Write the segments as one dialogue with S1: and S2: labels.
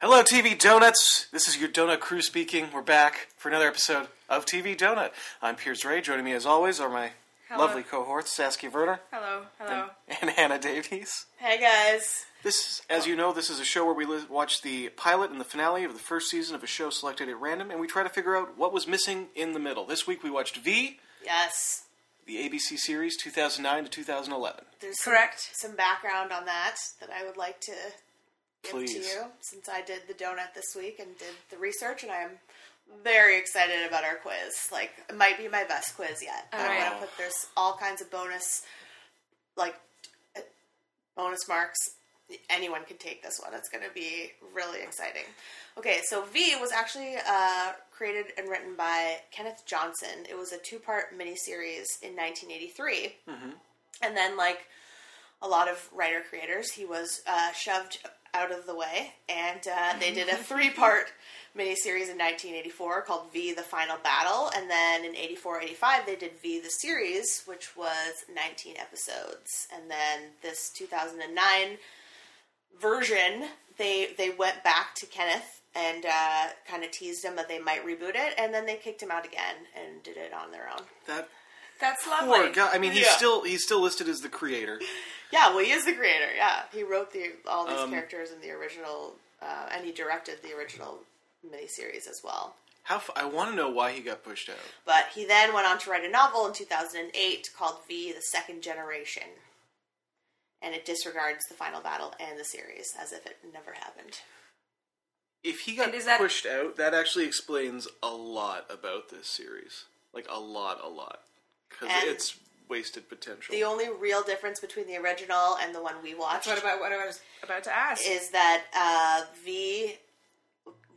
S1: Hello, TV Donuts. This is your Donut Crew speaking. We're back for another episode of TV Donut. I'm Piers Ray. Joining me, as always, are my
S2: Hello.
S1: lovely cohorts, Saskia Werner
S2: Hello, hello.
S1: and Hannah Davies.
S2: Hey guys.
S1: This, as you know, this is a show where we li- watch the pilot and the finale of the first season of a show selected at random, and we try to figure out what was missing in the middle. This week we watched V,
S3: Yes.
S1: the ABC series 2009 to 2011.
S3: There's
S2: Correct.
S3: Some, some background on that that I would like to give to
S1: Please.
S3: you since I did the donut this week and did the research and I'm very excited about our quiz. Like it might be my best quiz yet. I'm
S2: right.
S3: gonna put there's all kinds of bonus like uh, bonus marks. Anyone can take this one. It's going to be really exciting. Okay, so V was actually uh, created and written by Kenneth Johnson. It was a two-part miniseries in 1983 and then like a lot of writer creators he was uh, shoved out of the way and uh, they did a three part miniseries in 1984 called v the final battle and then in 84-85 they did v the series which was 19 episodes and then this 2009 version, they they went back to Kenneth and uh, kind of teased him that they might reboot it, and then they kicked him out again and did it on their own.
S1: That
S2: That's lovely.
S1: poor guy. I mean, he's
S3: Yeah.
S1: still he's still listed as the creator.
S3: Yeah, well, he is the creator. Yeah, he wrote the all these
S2: Um,
S3: characters in the original, uh, and he directed the original miniseries as well.
S1: How f- I want to know why he got pushed out.
S3: But he then went on to write a novel in 2008 called V: The Second Generation, and it disregards the final battle and the series as if it never happened.
S1: if he got
S2: And is that-
S1: pushed out, that actually explains a lot about this series. Like a lot, a lot, because
S3: And-
S1: it's wasted potential.
S3: The only real difference between the original and the one we watched
S2: That's what about what I was about to ask.
S3: is that uh, V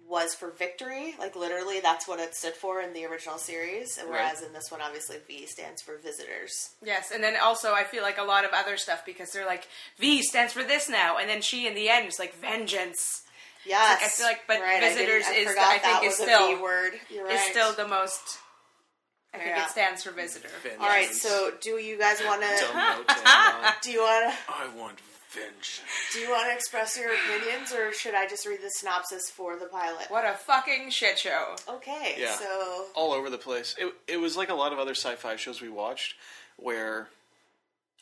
S3: was for victory. Like literally, that's what it stood for in the original series. and Whereas in this one, obviously, V stands for visitors.
S2: yes, and then also I feel like a lot of other stuff because they're like V stands for this now, and then she in the end is like vengeance
S3: Yes,
S2: I feel like- but
S3: I didn't-
S2: visitors is the-
S3: forgot
S2: I think
S3: that was
S2: is
S3: a
S2: still-
S3: V word. You're
S2: is
S3: right.
S2: still the most. I think
S3: Yeah.
S2: it stands for visitor.
S1: Vengeance.
S3: All right. So, do you guys want
S1: Don't
S3: to?
S1: know, damn right.
S3: Do you want to?
S1: I want vengeance.
S3: Do you want to express your opinions, or should I just read the synopsis for the pilot?
S2: What a fucking shit show.
S3: Okay.
S1: Yeah.
S3: So
S1: all over the place. It it was like a lot of other sci-fi shows we watched, where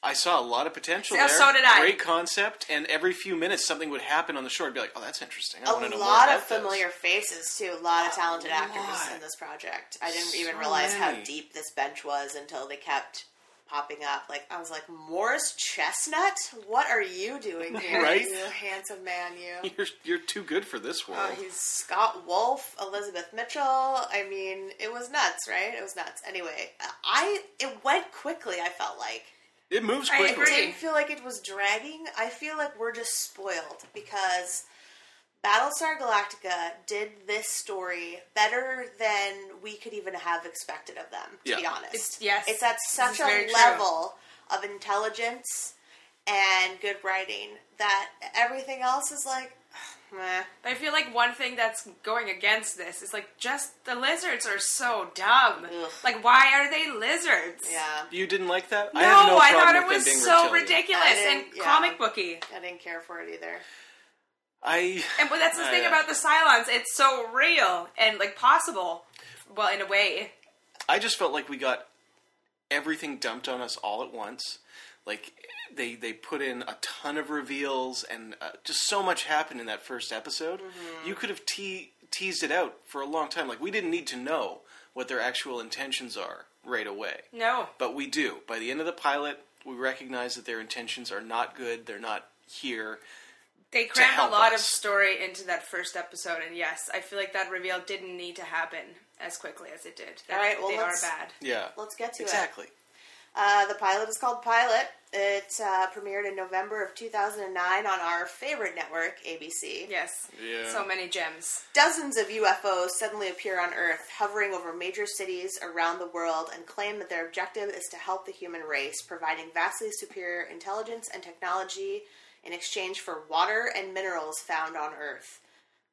S1: I saw a lot of potential.
S2: Yeah,
S1: there.
S2: so did I.
S1: Great concept, and every few minutes something would happen on the shore. I'd be like, "Oh, that's interesting." I
S3: a
S1: want to know
S3: lot
S1: more
S3: of
S1: about this."
S3: familiar faces too. A lot of talented actors
S1: lot.
S3: in this project. I didn't even
S1: So
S3: realize how
S1: many.
S3: deep this bench was until they kept popping up. Like I was like, Morris Chestnut, what are you doing here?
S1: Right?
S3: You handsome man, you.
S1: You're you're too good for this world.
S3: Uh, he's Scott Wolf, Elizabeth Mitchell. I mean, it was nuts, right? It was nuts. Anyway, I it went quickly. I felt like
S1: it moves
S2: I
S1: quickly.
S2: agree.
S3: didn't feel like it was dragging. I feel like we're just spoiled because Battlestar Galactica did this story better than we could even have expected of them. To be
S1: Yeah.
S3: honest,
S2: It's- yes.
S3: it's at
S2: is
S3: such
S2: very
S3: a
S2: true.
S3: level of intelligence and good writing that everything else is like, meh.
S2: I feel like one thing that's going against this is like just the lizards are so dumb.
S3: Ugh.
S2: Like why are they lizards?
S3: yeah.
S1: You didn't like that?
S2: No,
S1: have no
S2: I
S1: problem
S2: thought it
S1: with them
S2: was
S1: being
S2: so
S1: reptilian.
S2: ridiculous
S3: I
S2: and
S3: didn't- yeah.
S2: comic booky.
S3: I didn't care for it either.
S1: I
S2: And but that's the
S1: Oh,
S2: thing
S1: yeah.
S2: about the Cylons; it's so real and like possible. Well, in a way,
S1: I just felt like we got everything dumped on us all at once. Like they they put in a ton of reveals and uh, just so much happened in that first episode. You could have te- teased it out for a long time. Like we didn't need to know what their actual intentions are right away.
S2: no.
S1: But we do. By the end of the pilot, we recognize that their intentions are not good. They're not here.
S2: They crammed a
S1: help
S2: lot of
S1: us.
S2: story into that first episode, and yes, I feel like that reveal didn't need to happen as quickly as it did. That
S3: All right, well,
S2: they
S3: let's-
S2: are bad.
S1: Yeah.
S3: Let's get to it.
S1: exactly.
S3: Uh, the pilot is called Pilot. It uh, premiered in November of 2009 on our favorite network, ABC.
S2: Yes,
S1: Yeah.
S2: so many gems.
S3: Dozens of UFOs suddenly appear on Earth, hovering over major cities around the world, and claim that their objective is to help the human race, providing vastly superior intelligence and technology in exchange for water and minerals found on Earth.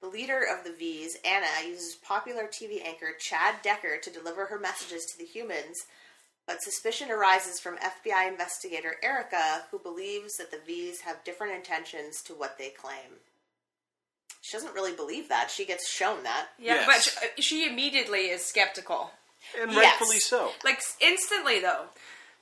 S3: The leader of the V's, Anna, uses popular TV anchor Chad Decker to deliver her messages to the humans, but suspicion arises from FBI investigator Erica, who believes that the V's have different intentions to what they claim. She doesn't really believe that. She gets shown that.
S1: Yes.
S2: Yeah, but uh, she, she immediately is skeptical.
S1: and
S3: Yes.
S1: rightfully so.
S2: Like s- instantly, though.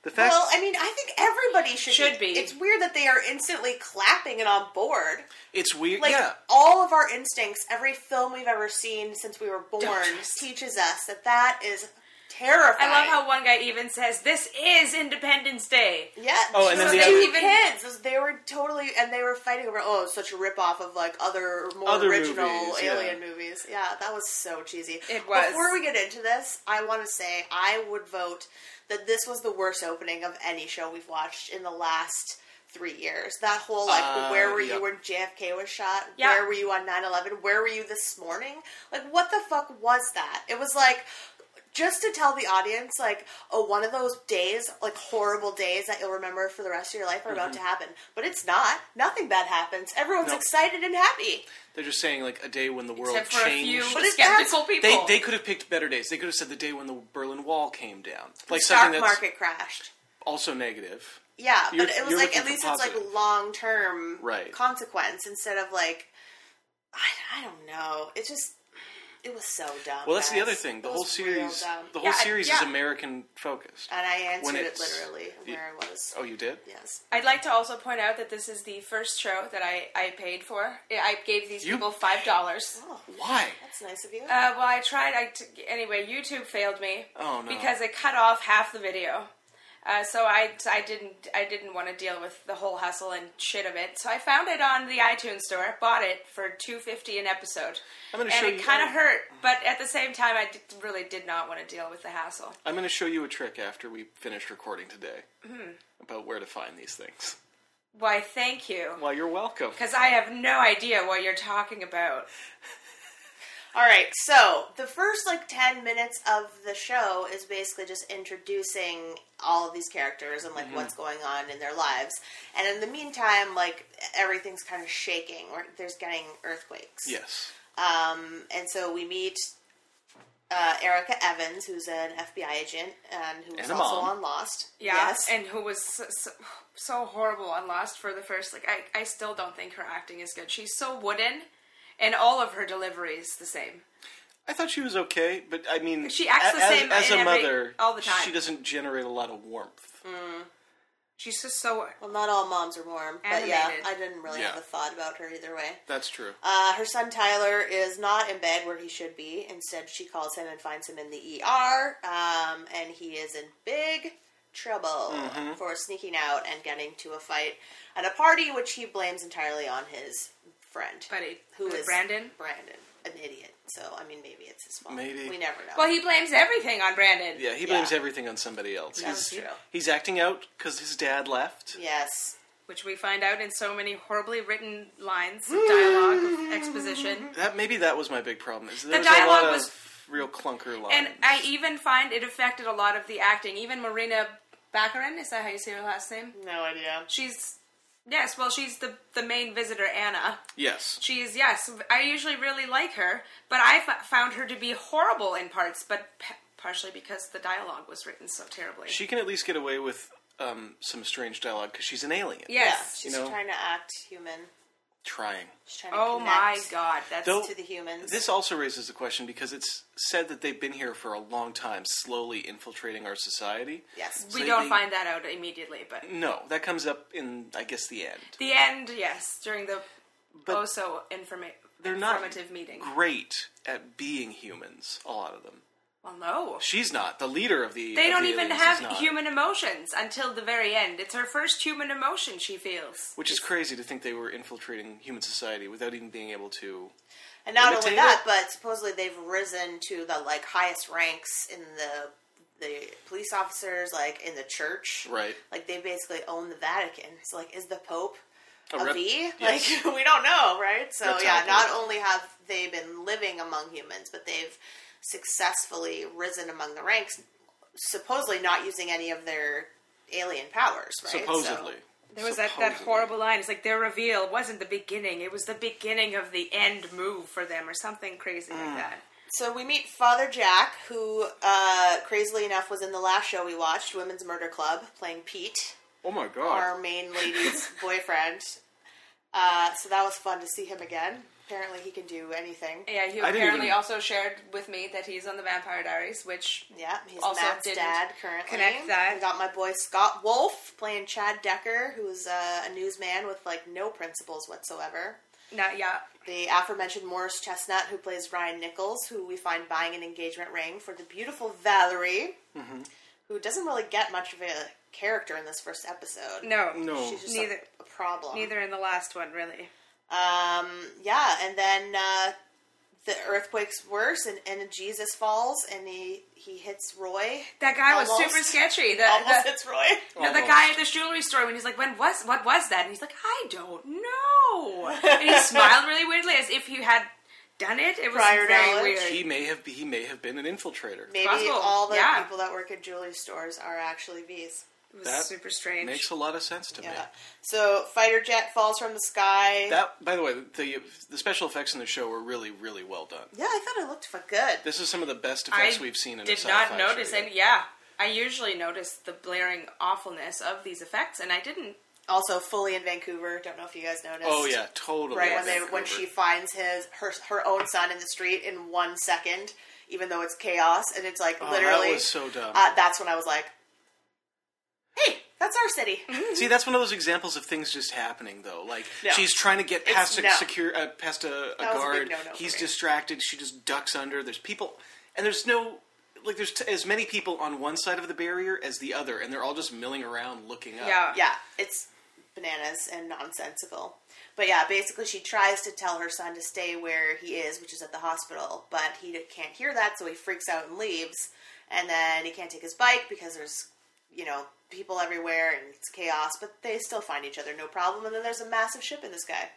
S1: The fact
S3: well, I mean, I think everybody should,
S2: Should be.
S3: It's weird that they are instantly clapping and on board.
S1: it's weird.
S3: Like
S1: yeah,
S3: all of our instincts, every film we've ever seen since we were born
S2: trust.
S3: teaches us that that is terrifying.
S2: I love how one guy even says, "This is Independence Day."
S3: Yeah.
S1: Oh, and
S3: those
S1: then the
S3: two
S1: other-
S2: Even-
S3: kids, those- they were totally, and they were fighting over. Oh, it's such a ripoff of like other more
S1: Other
S3: original
S1: movies, yeah.
S3: Alien movies. Yeah, that was so cheesy.
S2: It was.
S3: Before we get into this, I want to say I would vote that this was the worst opening of any show we've watched in the last. Three years. That whole like,
S1: Uh,
S3: where were
S1: yep.
S3: you when JFK was shot?
S2: Yeah.
S3: Where were you on 9-11? Where were you this morning? Like, what the fuck was that? It was like, just to tell the audience, like, oh, one of those days, like horrible days that you'll remember for the rest of your life are about to happen. But it's not. Nothing bad happens. Everyone's
S1: Mm-hmm. Nope.
S3: excited and happy.
S1: they're just saying like a day when the world
S2: Except for a few
S1: changed.
S3: But it-
S2: skeptical
S3: that's-
S2: people.
S1: they they could have picked better days. They could have said the day when the Berlin Wall came down, like
S3: Stock
S1: something that's
S3: market crashed.
S1: also negative.
S3: Yeah,
S1: You're-
S3: but it was
S1: you're
S3: like
S1: looking
S3: at
S1: for
S3: least it's like
S1: positive.
S3: long term
S1: Right.
S3: consequence instead of like I, I don't know. It just it was so dumb.
S1: Well, that's the
S3: guys.
S1: other thing. The
S3: It
S1: whole
S3: was real
S1: series,
S3: dumb.
S1: the whole
S2: Yeah, I-
S1: series is
S2: yeah.
S1: American focused.
S3: and I answered
S1: when
S3: it
S1: it's-
S3: literally where I was.
S1: Oh, you did?
S3: Yes.
S2: I'd like to also point out that this is the first show that I, I paid for. I- I gave these
S1: You-
S2: people five dollars.
S3: Oh,
S1: Why?
S3: that's nice of you.
S2: Uh, well, I tried. I t- anyway, YouTube failed me.
S1: Oh, no.
S2: Because it cut off half the video. Uh, so I, I didn't I didn't want to deal with the whole hustle and shit of it. So I found it on the iTunes store, bought it for two fifty an episode,
S1: I'm gonna
S2: and
S1: show
S2: it
S1: you-
S2: kind of hurt. But at the same time, I d- really did not want to deal with the hassle.
S1: I'm going to show you a trick after we finish recording today
S2: Mm-hmm.
S1: about where to find these things.
S2: Why? Thank you,
S1: Well, you're welcome.
S2: because I have no idea what you're talking about.
S3: All right, so the first like 10 minutes of the show is basically just introducing all of these characters and like
S1: Mm-hmm.
S3: what's going on in their lives. And in the meantime, like everything's kind of shaking or there's getting earthquakes.
S1: Yes.
S3: Um, and so we meet uh, Erica Evans, who's an FBI agent and who was
S1: And a
S3: also
S1: mom.
S3: on Lost.
S2: Yeah,
S3: Yes.
S2: and who was so, so, so horrible on Lost for the first. Like, I, I still don't think her acting is good. She's so wooden, and all of her delivery is the same.
S1: I thought she was okay, but I mean,
S2: She acts the
S1: a- as,
S2: same
S1: as
S2: in
S1: a
S2: every-
S1: mother
S2: all the time. Mm.
S1: She doesn't generate a lot of warmth.
S2: She's just so.
S3: well, not all moms are warm, but yeah,
S2: Animated.
S3: I didn't really
S1: Yeah.
S3: have a thought about her either way.
S1: That's true.
S3: Uh, her son Tyler is not in bed where he should be. Instead, she calls him and finds him in the ER, um, and he is in big trouble
S1: Mm-hmm.
S3: for sneaking out and getting to a fight at a party, which he blames entirely on his friend,
S2: Buddy,
S3: who is
S2: Brandon?
S3: Brandon, an idiot. So I mean, maybe it's his fault.
S1: Maybe.
S3: we never know.
S2: Well, he blames everything on Brandon.
S1: yeah, he
S3: yeah.
S1: blames everything on somebody else.
S3: That's
S1: he's,
S3: true.
S1: He's acting out because his dad left.
S3: yes,
S2: Which we find out in so many horribly written lines, of dialogue, of exposition.
S1: That maybe that was my big problem. Is there was
S2: dialogue
S1: a lot
S2: was-
S1: of real clunker lines.
S2: And I even find it affected a lot of the acting. Even Marina Baccarin, is that how you say her last name?
S3: no idea.
S2: She's. Yes, well, she's the, the main visitor, Anna.
S1: yes,
S2: She is, yes. I usually really like her, but I f- found her to be horrible in parts, but p- partially because the dialogue was written so terribly.
S1: she can at least get away with um, some strange dialogue because she's an alien.
S2: yes.
S3: yeah, she's
S1: You know-
S3: trying to act human.
S1: Trying.
S3: She's trying to
S2: oh my
S3: connect
S2: god, that's
S1: Though-
S3: to the humans.
S1: This also raises the question because it's said that they've been here for a long time, slowly infiltrating our society.
S3: yes,
S2: we
S1: so
S2: don't
S1: they-
S2: find that out immediately, but
S1: No, that comes up in I guess the end.
S2: the end, yes, during the
S1: But-
S2: also informa-
S1: They're not
S2: informative meeting.
S1: great at being humans. A lot of them.
S2: Well, no.
S1: She's not the leader of the.
S2: They
S1: of
S2: don't
S1: the
S2: even
S1: aliens is
S2: have
S1: not.
S2: human emotions until the very end. It's her first human emotion she feels.
S1: Which is crazy to think they were infiltrating human society without even being able to.
S3: And not
S1: imitate
S3: only that, but supposedly they've risen to the like highest ranks in the the police officers, like in the church.
S1: Right.
S3: Like they basically own the Vatican. So like, is the Pope
S1: A
S3: a
S1: rep-
S3: V?
S1: yes.
S3: Like we don't know, right? So
S1: Reptile
S3: yeah, not
S1: Pope.
S3: only have they been living among humans, but they've successfully risen among the ranks, supposedly not using any of their alien powers, right? So-
S1: Supposedly.
S2: There was that, that
S1: Supposedly.
S2: horrible line. It's like their reveal wasn't the beginning; it was the beginning of the end move for them, or something crazy like
S1: Mm.
S2: that.
S3: So we meet Father Jack, who, uh, crazily enough, was in the last show we watched, Women's Murder Club, playing Pete,
S1: Oh my god.
S3: our main lady's boyfriend. Uh, so that was fun to see him again. apparently he can do anything.
S2: Yeah, he
S1: I didn't
S2: apparently
S1: even-
S2: also shared with me that he's on the Vampire Diaries, which
S3: Yeah, he's
S2: Also
S3: Matt's
S2: didn't
S3: dad currently.
S2: connect that.
S3: We got my boy Scott Wolf playing Chad Decker, who's uh, a newsman with like no principles whatsoever.
S2: not yet.
S3: The aforementioned Morris Chestnut, who plays Ryan Nichols, who we find buying an engagement ring for the beautiful Valerie, who doesn't really get much of a character in this first episode.
S2: No,
S1: No.
S3: she's just a-
S2: Neither-
S3: a problem.
S2: neither in the last one really.
S3: Um, yeah, and then uh, the earthquake's worse, and, and Jesus falls, and he he hits Roy.
S2: That guy was
S3: Almost.
S2: super sketchy. The,
S3: Almost
S2: the,
S3: hits Roy.
S2: no, the
S1: Almost.
S2: guy at this jewelry store when he's like, "When was what was that?" and he's like, "I don't know." and he smiled really weirdly as if he had done it. It was
S3: Prior
S2: very
S3: knowledge.
S2: weird.
S1: He may have he may have been an infiltrator.
S3: Maybe
S2: Possible,
S3: all the
S2: yeah.
S3: people that work at jewelry stores are actually bees.
S2: it was
S1: That
S2: super strange.
S1: Makes a lot of sense to
S3: Yeah.
S1: me.
S3: So fighter jet falls from the sky.
S1: That, by the way, the the special effects in the show were really, really well done.
S3: yeah, I thought it looked fu- good.
S1: This is some of the best
S2: I
S1: effects we've seen in a
S2: did
S1: sci-fi
S2: not notice
S1: show.
S2: any. Yeah, I usually notice the blaring awfulness of these effects, and I didn't.
S3: Also, fully in Vancouver. Don't know if you guys noticed.
S1: Oh yeah, totally.
S3: Right when they
S1: Vancouver.
S3: when she finds his her her own son in the street in one second, even though it's chaos, and it's like
S1: Oh,
S3: literally.
S1: that was so dumb.
S3: uh, that's when I was like, "Hey, that's our city."
S1: See, that's one of those examples of things just happening, though. Like
S3: No.
S1: she's trying to get
S3: It's-
S1: past a
S3: no.
S1: secure, uh, past a, a
S3: That was a big
S1: guard.
S3: no-no for
S1: He's
S3: me.
S1: distracted. She just ducks under. There's people, and there's no like there's t- as many people on one side of the barrier as the other, and they're all just milling around looking up.
S2: Yeah.
S3: yeah, it's bananas and nonsensical. But yeah, basically, she tries to tell her son to stay where he is, which is at the hospital, but he can't hear that, so he freaks out and leaves. And then he can't take his bike because there's, you know, people everywhere and it's chaos, but they still find each other, no problem. And then there's a massive ship in the sky.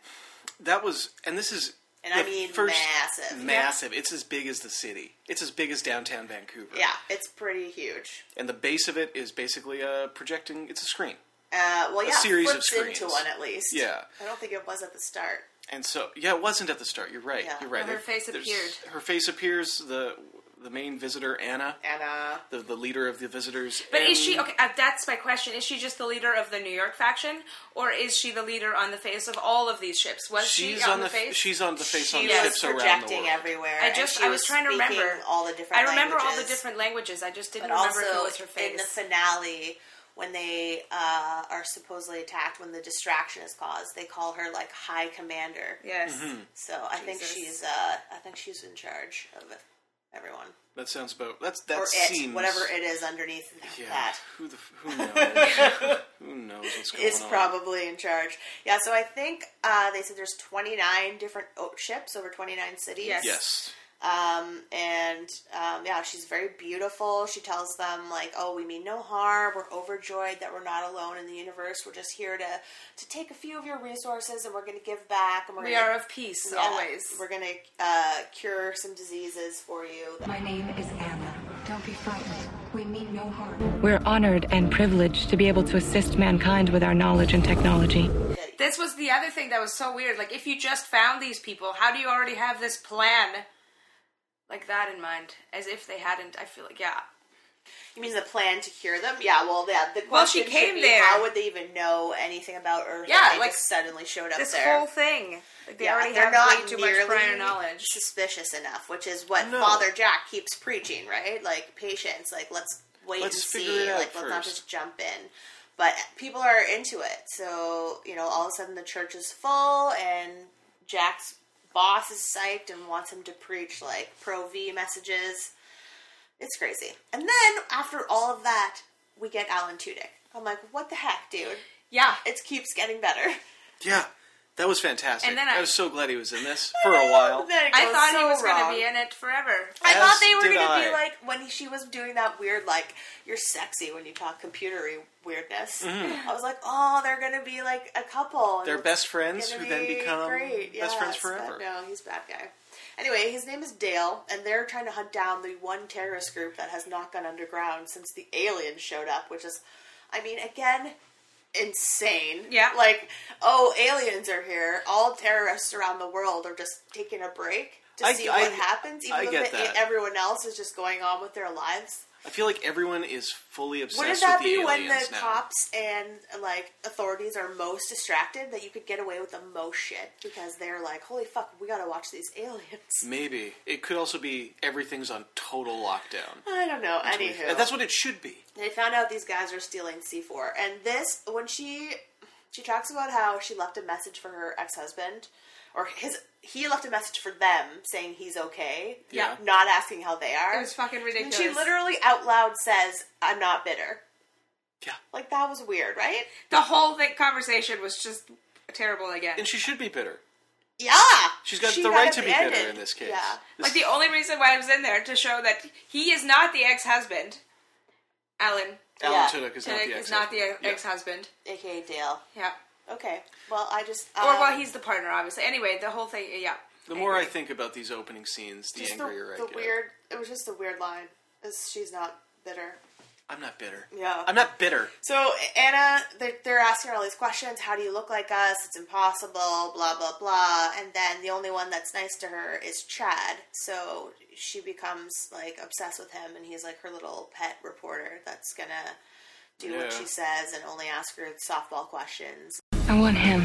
S1: that was, and this is.
S3: And I
S1: the
S3: mean
S1: first
S3: massive.
S1: massive. It's as big as the city. It's as big as downtown Vancouver.
S3: Yeah, it's pretty huge.
S1: and the base of it is basically uh, projecting. It's a screen,
S3: Uh, well, yeah,
S1: series of
S3: flips into
S1: screens.
S3: one at least.
S1: Yeah.
S3: I don't think it was at the start.
S1: and so yeah, it wasn't at the start. You're right.
S3: Yeah.
S1: You're right.
S2: No, her
S1: There-
S2: face
S1: there's-
S2: appeared.
S1: Her face appears. The the main visitor Anna,
S3: And uh,
S1: the the leader of the visitors.
S2: But is she
S1: and-
S2: okay? Uh, that's my question. Is she just the leader of the New York faction, or is she the leader on the face of all of these ships? Was
S1: She's
S2: she on,
S1: on
S2: the,
S1: the
S2: face?
S1: she's on the face on
S3: she
S2: was
S1: ships
S3: was
S1: around the
S3: projecting
S1: world.
S3: everywhere.
S2: I
S3: and
S2: just-
S3: she
S2: I was trying to
S3: speaking
S2: remember.
S3: all the different.
S2: I remember all the
S3: languages.
S2: different languages. I just didn't
S3: but
S2: remember
S3: also
S2: who was her face.
S3: in the finale when they uh, are supposedly attacked when the distraction is caused they call her like high commander
S2: yes.
S1: Mm-hmm.
S3: so i think
S2: Jesus.
S3: she's uh, i think she's in charge of everyone
S1: That sounds about. That's that
S3: or it
S1: seems
S3: whatever it is underneath
S1: Yeah,
S3: that
S1: who the f- who knows? who knows what's going
S3: is
S1: on?
S3: probably in charge yeah so i think uh, they said there's 29 different o- ships over 29 cities
S2: Yes.
S1: yes.
S3: Um, and um, yeah, she's very beautiful. She tells them like, "Oh, we mean no harm. We're overjoyed that we're not alone in the universe. We're just here to to take a few of your resources, and we're going to give back. And we're
S2: We
S3: gonna,
S2: are of peace
S3: yeah,
S2: always.
S3: We're going to uh, cure some diseases for you."
S4: My name is Anna.
S5: Don't be frightened.
S4: We mean no harm.
S5: We're honored and privileged to be able to assist mankind with our knowledge and technology.
S2: This was the other thing that was so weird. Like, if you just found these people, how do you already have this plan? Like that in mind, as if they hadn't. I feel like, yeah,
S3: You mean the plan to cure them? Yeah. Well, yeah. The question
S2: Well, she
S3: should
S2: came
S3: be,
S2: there.
S3: How would they even know anything about Earth? if
S2: Yeah,
S3: they
S2: like,
S3: just suddenly showed up
S2: this
S3: there.
S2: whole thing. Like, they
S3: Yeah,
S2: already
S3: they're
S2: have
S3: not
S2: way too
S3: nearly
S2: much prior knowledge.
S3: suspicious enough, which is what
S1: No.
S3: Father Jack keeps preaching, right? Like patience, like let's wait
S1: Let's
S3: and
S1: figure
S3: see,
S1: it out
S3: like let's not
S1: first.
S3: just jump in. But people are into it, so you know, all of a sudden the church is full, and Jack's boss is psyched and wants him to preach like pro V messages. It's crazy. And then after all of that, we get Alan Tudyk. I'm like, what the heck, dude?
S2: Yeah,
S3: It keeps getting better.
S1: Yeah, that was fantastic.
S2: And then I-
S1: was so glad he was in this for a while.
S3: Then it
S2: I
S3: goes
S2: thought
S3: so
S2: he was going
S3: wrong.
S2: to be in it forever.
S3: I thought
S1: As
S3: they were
S1: did
S3: going to be
S1: I.
S3: like when she was doing that weird like you're sexy when you talk computery weirdness. I was like, oh, they're going to be like a couple. and
S1: Mm-hmm. They're
S3: it's
S1: best friends
S3: gonna
S1: who then
S3: be
S1: become
S3: great.
S1: best friends
S3: Yes, but
S1: forever.
S3: No, he's a bad guy. Anyway, his name is Dale, and they're trying to hunt down the one terrorist group that has not gone underground since the aliens showed up, which is, I mean, again, insane.
S2: Yeah.
S3: Like, oh, aliens are here. All terrorists around the world are just taking a break to
S1: I-
S3: see
S1: I-
S3: what happens, even
S1: I
S3: though
S1: get
S3: the-
S1: that.
S3: everyone else is just going on with their lives.
S1: I feel like everyone is fully obsessed
S3: Wouldn't that
S1: with the
S3: be when
S1: aliens
S3: the
S1: now.
S3: cops and like authorities are most distracted that you could get away with the most shit because they're like, "Holy fuck, we gotta watch these aliens."
S1: Maybe it could also be everything's on total lockdown.
S3: I don't know. Anywho,
S1: And that's what it should be.
S3: they found out these guys are stealing C4. And this, when she she talks about how she left a message for her ex husband, or his he left a message for them saying he's okay.
S1: Yeah.
S3: Not asking how they are.
S2: It was fucking
S3: and
S2: ridiculous.
S3: she literally out loud says, "I'm not bitter."
S1: Yeah,
S3: Like that was weird, right?
S2: the whole thing, conversation was just terrible again.
S1: and she should be bitter.
S3: Yeah.
S1: She's got
S3: She
S1: the right to be
S3: abandoned.
S1: bitter in this case.
S3: Yeah.
S1: This-
S2: Like the only reason why I was in there to show that he is not the ex-husband. Alan
S1: Alan
S3: yeah,
S1: Tudyk is not the
S2: Tudyk
S1: ex.
S2: is not the ex-husband.
S3: AKA Dale.
S2: Yeah.
S3: Okay. Well, I just
S2: Or
S3: um,
S2: well, he's the partner, obviously. Anyway, the whole thing. Yeah.
S1: The more I
S2: agree.
S1: think about these opening scenes, the
S3: just the,
S1: angrier
S3: the
S1: I get.
S3: weird. It was just the weird line. Is she's not bitter.
S1: I'm not bitter.
S3: Yeah.
S1: I'm not bitter.
S3: So Anna, they're, they're asking her all these questions. How do you look like us? It's impossible. Blah blah blah. And then the only one that's nice to her is Chad. So she becomes like obsessed with him, and he's like her little pet reporter that's gonna do what
S1: Yeah.
S3: she says and only ask her softball questions.
S5: I want him.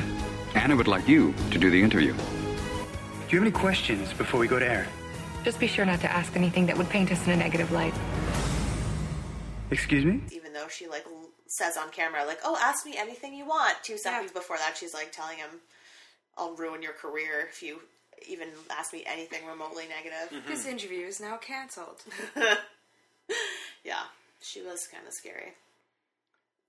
S6: Anna would like you to do the interview.
S7: Do you have any questions before we go to air?
S5: Just be sure not to ask anything that would paint us in a negative light.
S7: Excuse me?
S3: Even though she like l- says on camera, like, "Oh, ask me anything you want." Two seconds before that, she's like telling him, "I'll ruin your career if you even ask me anything remotely negative."
S2: This interview is now canceled.
S3: Yeah, she was kind of scary.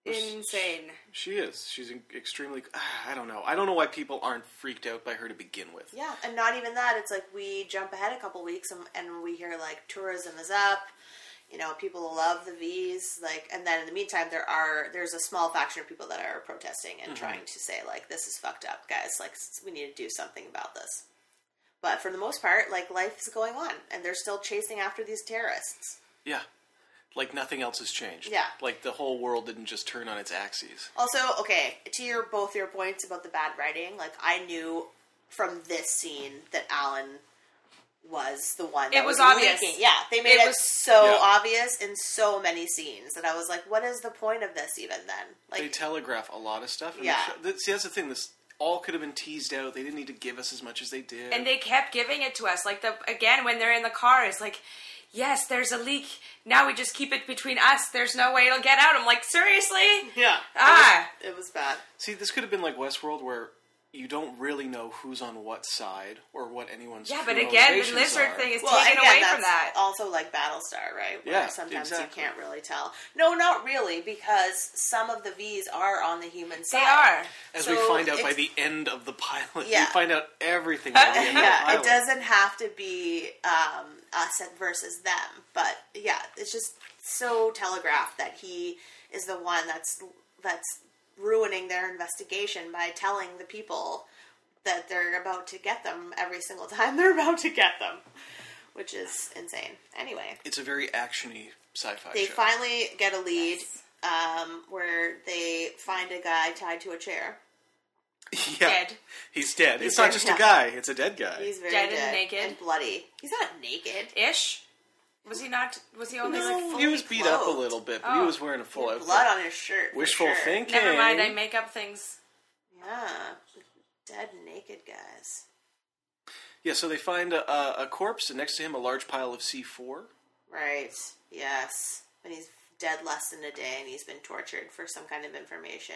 S2: Insane.
S1: She is. She's en- extremely. I don't know. I don't know why people aren't freaked out by her to begin with.
S3: Yeah, and not even that. It's like we jump ahead a couple weeks and, and we hear like tourism is up. You know, people love the V's. Like, and then in the meantime, there are there's a small faction of people that are protesting and trying to say like this is fucked up, guys. Like, s- we need to do something about this. But for the most part, like life is going on, and they're still chasing after these terrorists.
S1: Yeah. Like nothing else has changed.
S3: Yeah.
S1: Like the whole world didn't just turn on its axes.
S3: Also, okay, to your both your points about the bad writing, like I knew from this scene that Alan was the one. That
S2: It was obvious.
S3: leaking. Yeah, they made it,
S2: It was-
S3: so
S1: Yeah.
S3: obvious in so many scenes that I was like, "What is the point of this?" Even then,
S1: They
S3: like,
S1: telegraph a lot of stuff. in the
S3: Yeah.
S1: show. Th- See, that's the thing. This all could have been teased out. They didn't need to give us as much as they did.
S2: and they kept giving it to us like the again when they're in the car it's like yes there's a leak now we just keep it between us there's no way it'll get out i'm like seriously
S3: yeah,
S2: ah
S3: it was, it was bad.
S1: See, this could have been like Westworld, where you don't really know who's on what side or what anyone's.
S2: yeah but
S1: true
S2: again the
S1: motivations
S2: lizard
S1: are.
S2: thing is
S3: Well,
S2: taken
S3: again,
S2: away
S3: that's
S2: from that
S3: Also, like Battlestar, right? Where
S1: Yeah,
S3: sometimes
S1: exactly.
S3: you can't really tell. No, not really, because some of the V's are on the human
S2: they
S3: side.
S2: are
S1: As
S3: So
S1: we find out by
S3: it's-
S1: the end of the pilot,
S3: Yeah.
S1: we find out everything. By the end of the
S3: yeah,
S1: pilot.
S3: it doesn't have to be um, us and versus them, but yeah, it's just so telegraphed that he is the one that's that's ruining their investigation by telling the people that they're about to get them every single time they're about to get them, which is insane. Anyway,
S1: It's a very actiony sci-fi
S3: they
S1: show.
S3: finally get a lead um, where they find a guy tied to a chair.
S1: yeah.
S2: Dead.
S1: He's dead. it's
S3: dead,
S1: not just
S3: yeah.
S1: a guy. It's a dead guy.
S3: He's very
S2: Dead and naked.
S3: and bloody. He's not naked.
S2: ish was he not was he only like full
S1: he was beat up a
S3: clothed.
S1: little bit, but he was wearing a full outfit.
S3: Blood on his shirt. for
S1: Wishful
S3: sure.
S1: thinking.
S2: never mind i make up things
S3: Yeah, dead naked guys.
S1: Yeah, so they find a, a, a corpse, and next to him, a large pile of C4.
S3: Right. Yes. And he's dead less than a day, and he's been tortured for some kind of information.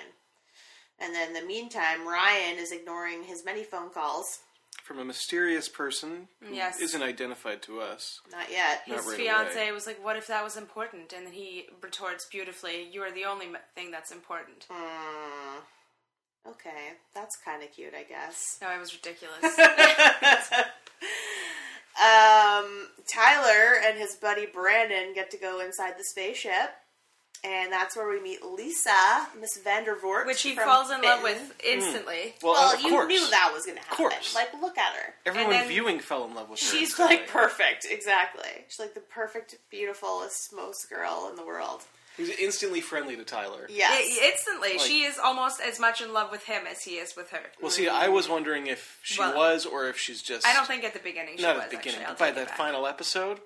S3: And then, in the meantime, Ryan is ignoring his many phone calls.
S1: From a mysterious person who
S2: Yes.
S1: not identified to us.
S3: Not yet.
S2: his
S1: right
S2: fiance
S1: away.
S2: was like what if that was important and he retorts beautifully you are the only m- thing that's important
S3: Hmm. Okay, that's kind of cute, I guess.
S2: no it was ridiculous
S3: Um, Tyler and his buddy Brandon get to go inside the spaceship, and that's where we meet Lisa, Miss Vandervoort,
S2: which he
S3: from
S2: falls in love
S3: Bitten.
S2: with instantly
S1: Mm. Well,
S3: Well,
S1: of
S3: you
S1: course.
S3: knew that was going to happen.
S1: course.
S3: Like, look at her.
S1: Everyone
S2: then
S1: viewing fell in love with her.
S3: She's
S1: instantly.
S3: like perfect, exactly. She's like the perfect, beautifulest, most girl in the world.
S1: He's instantly friendly to Tyler.
S3: Yes.
S2: I- instantly, she is almost as much in love with him as he is with her.
S1: Well, see, I was wondering if she
S2: Well,
S1: was or if she's just.
S2: I don't think at the beginning she
S1: Not
S2: was
S1: at the beginning,
S2: actually.
S1: but
S2: I'll
S1: by
S2: take it
S1: that
S2: back.
S1: final episode,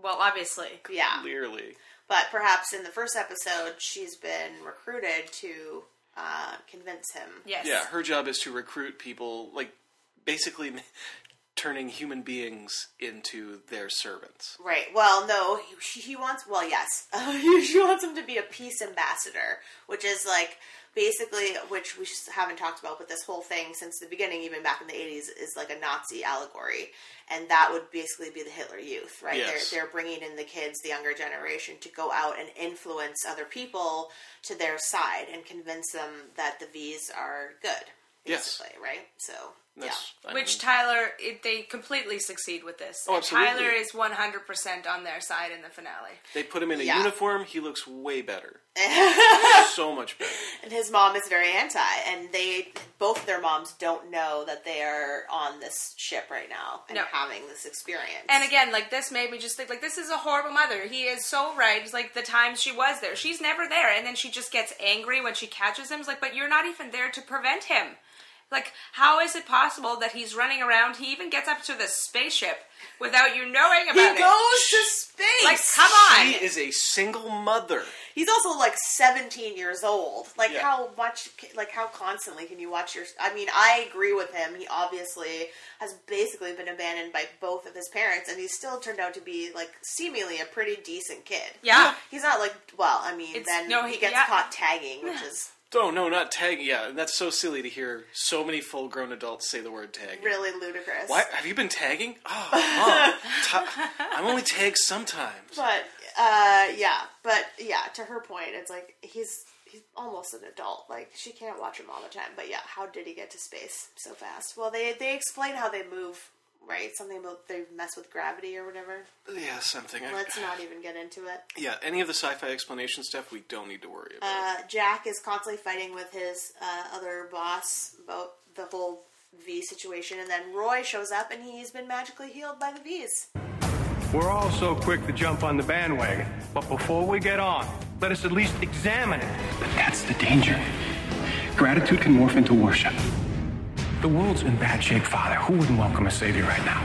S2: Well, obviously,
S3: yeah.
S1: clearly.
S3: But perhaps in the first episode, she's been recruited to uh, convince him.
S2: Yes.
S1: Yeah, her job is to recruit people, like basically turning human beings into their servants.
S3: Right. Well, no, he, he wants. Well, yes, she wants him to be a peace ambassador, which is like basically, which we just haven't talked about, but this whole thing since the beginning, even back in the eighties, is like a Nazi allegory, and that would basically be the Hitler Youth, right?
S1: Yes.
S3: They're they're bringing in the kids, the younger generation, to go out and influence other people to their side and convince them that the V's are good,
S1: Yes.
S3: basically, right? So.
S1: That's, I
S2: Which
S1: mean,
S2: Tyler, it, they completely succeed with this.
S1: Oh,
S2: And
S1: absolutely.
S2: Tyler is 100% on their side in the finale.
S1: they put him in a
S3: Yeah.
S1: uniform. He looks way better. so much better.
S3: And his mom is very anti, and they both their moms don't know that they are on this ship right now and
S2: No.
S3: having this experience.
S2: And again, like this made me just think, like, this is a horrible mother. He is so right. It's like the times she was there. She's never there. And then she just gets angry when she catches him. It's like, but you're not even there to prevent him. Like, how is it possible that he's running around? He even gets up to the spaceship without you knowing about
S3: he
S2: it.
S3: goes to space.
S2: like, come on.
S1: She is a single mother.
S3: He's also like 17 years old. Like
S1: Yeah.
S3: how much like how constantly can you watch your I mean, I agree with him. He obviously has basically been abandoned by both of his parents and he still turned out to be like seemingly a pretty decent kid.
S2: Yeah.
S3: He's not like well, I mean,
S2: It's-
S3: then
S2: no,
S3: he,
S2: he-
S3: gets
S2: yeah.
S3: caught tagging, which is
S1: Oh no, not tag. Yeah, and that's so silly to hear so many full-grown adults say the word tag.
S3: really ludicrous.
S1: Why have you been tagging? Oh, mom, ta- I'm only tagged sometimes.
S3: But uh, yeah, but yeah, to her point, it's like he's he's almost an adult. Like she can't watch him all the time. But yeah, how did he get to space so fast? Well, they they explain how they move, right? Something about they mess with gravity or whatever.
S1: Yeah, something. I-
S3: Let's not even get into it.
S1: Yeah, any of the sci-fi explanation stuff, we don't need to worry about.
S3: Uh, Jack is constantly fighting with his uh, other boss about the whole V situation, and then Roy shows up, and he's been magically healed by the V's.
S8: We're all so quick to jump on the bandwagon, but before we get on, let us at least examine it.
S7: But that's the danger. Gratitude can morph into worship. The world's in bad shape, Father. Who wouldn't welcome a savior right now?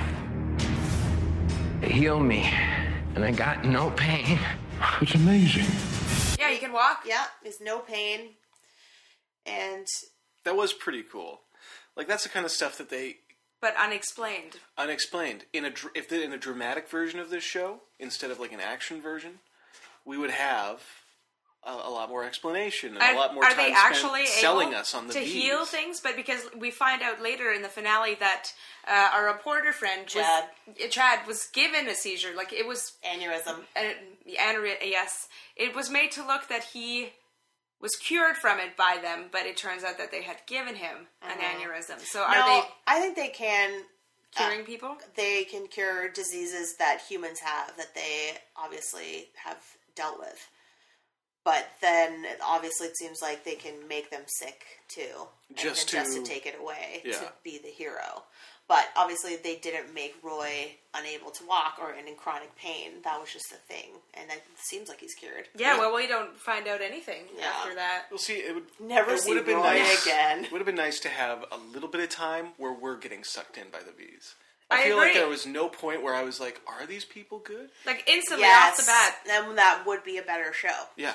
S9: Heal me, and I got no pain.
S7: It's amazing.
S2: Yeah, you can walk.
S3: Yeah, there's no pain, and
S1: that was pretty cool. Like that's the kind of stuff that they
S2: But unexplained.
S1: unexplained in a dr- if the, in a dramatic version of this show instead of like an action version, we would have a, a lot more explanation and a lot more time
S2: they
S1: spent
S2: actually
S1: selling
S2: able
S1: us on the
S2: to
S1: Vs.
S2: heal things? But because we find out later in the finale that uh, our reporter friend
S3: Chad.
S2: was, Chad was given a seizure. Like it was
S3: aneurysm.
S2: an aneurysm. Yes, it was made to look that he was cured from it by them, but it turns out that they had given him an aneurysm. So are
S3: Uh-huh. No, uh,
S2: they
S3: I think they can.
S2: curing people?
S3: They can cure diseases that humans have that they obviously have dealt with. But then, it- obviously, it seems like they can make them sick too, and
S1: Just
S3: then just
S1: to-
S3: to take it away
S1: Yeah.
S3: to be the hero. But obviously, they didn't make Roy unable to walk or in chronic pain. That was just a thing, and that seems like he's cured.
S2: Yeah, well, we don't find out anything
S3: Yeah.
S2: after that.
S1: Well, see, it would
S3: Never
S1: it
S3: see
S1: would have been
S3: Roy
S1: nice
S3: again.
S1: Would have been nice to have a little bit of time where we're getting sucked in by the bees.
S2: I
S1: feel like
S2: agree.
S1: there was no point where I was like, "Are these people good?"
S2: Like instantly
S3: Yes,
S2: off the bat,
S3: then that would be a better show.
S1: Yeah,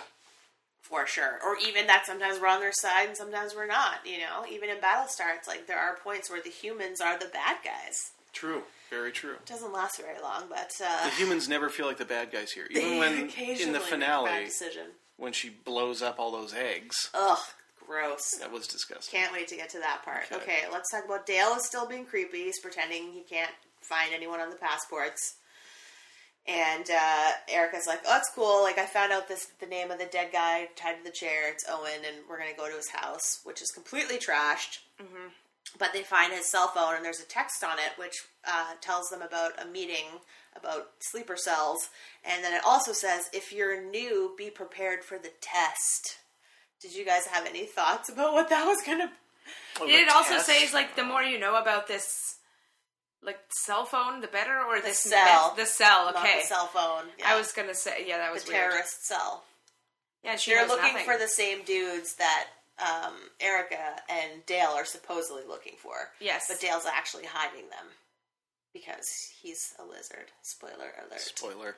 S3: for sure. Or even that sometimes we're on their side and sometimes we're not. You know, even in Battlestar, it's like there are points where the humans are the bad guys.
S1: true, very true.
S3: It doesn't last very long, but uh,
S1: The humans never feel like the bad guys here, even when in
S3: occasionally
S1: the
S3: make a bad
S1: finale
S3: decision.
S1: when she blows up all those eggs.
S3: Ugh, gross.
S1: That was disgusting.
S3: Can't wait to get to that part.
S1: Okay.
S3: Okay. let's talk about Dale is still being creepy. He's pretending he can't find anyone on the passports. And uh, Erica's like, "Oh, it's cool. Like, I found out this the name of the dead guy tied to the chair. It's Owen, and we're gonna go to his house, which is completely trashed. But they find his cell phone, and there's a text on it which uh, tells them about a meeting about sleeper cells, and then it also says, "If you're new, be prepared for the test." Did you guys have any thoughts about what that was gonna
S1: Oh, the
S2: Did it also
S1: test?
S2: says like the more you know about this, like cell phone, the better, or this
S3: cell.
S2: meth- the cell.
S3: Not
S2: Okay,
S3: the cell phone.
S2: I
S3: Yeah.
S2: was gonna say yeah, that
S3: the
S2: was weird.
S3: terrorist cell.
S2: Yeah, she
S3: They're
S2: knows
S3: looking
S2: nothing.
S3: for the same dudes that um, Erica and Dale are supposedly looking for.
S2: Yes.
S3: but Dale's actually hiding them because he's a lizard. Spoiler alert.
S1: Spoiler.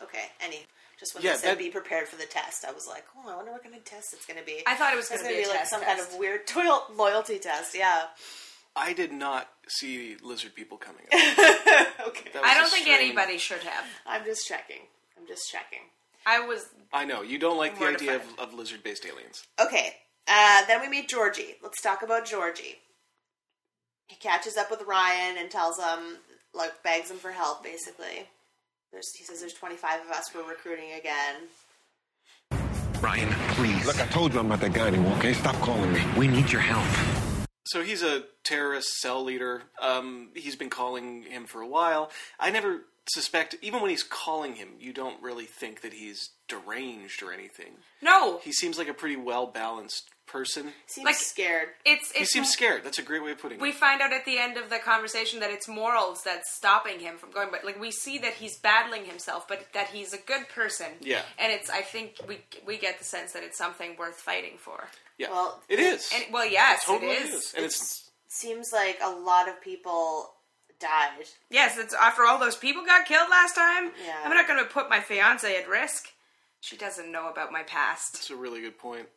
S3: okay, any Just when
S1: Yeah,
S3: they said
S1: that-
S3: be prepared for the test, I was like, oh, I wonder what kind of test it's going to be.
S2: I thought it was
S3: It's
S2: gonna be a
S3: like
S2: test
S3: some kind
S2: test.
S3: of weird toil- loyalty test. Yeah.
S1: I did not see lizard people coming up.
S3: Okay.
S1: That was
S2: I
S1: a
S2: don't think
S1: strange-
S2: anybody should have.
S3: I'm just checking. I'm just checking.
S2: I was
S1: I know you don't like the idea of,
S2: Mortified.
S1: of lizard-based aliens.
S3: Okay. Uh, then we meet Georgie. Let's talk about Georgie. He catches up with Ryan and tells him, like, begs him for help, basically. There's, he says there's 25 of us. We're recruiting again.
S9: Ryan, please.
S10: Look, I told you I'm not that guy anymore, okay? Stop calling me.
S9: we need your help.
S1: So he's a terrorist cell leader. Um, he's been calling him for a while. I never suspect, even when he's calling him, you don't really think that he's deranged or anything.
S2: no.
S1: He seems like a pretty well balanced person.
S3: Seems
S2: Like-
S3: scared.
S2: It's
S1: He
S2: it's
S1: seems scared. That's a great way of putting
S2: we
S1: it.
S2: find out at the end of the conversation that it's morals that's stopping him from going but like we see that he's battling himself but that he's a good person
S1: Yeah.
S2: and it's i think we we get the sense that it's something worth fighting for
S1: Yeah,
S3: Well,
S1: it is.
S2: and well yes
S1: totally
S2: it is,
S1: and it's
S3: Seems like a lot of people died.
S2: yes it's after all those people got killed last time
S3: Yeah.
S2: i'm not going to put my fiance at risk she doesn't know about my past
S1: it's a really good point.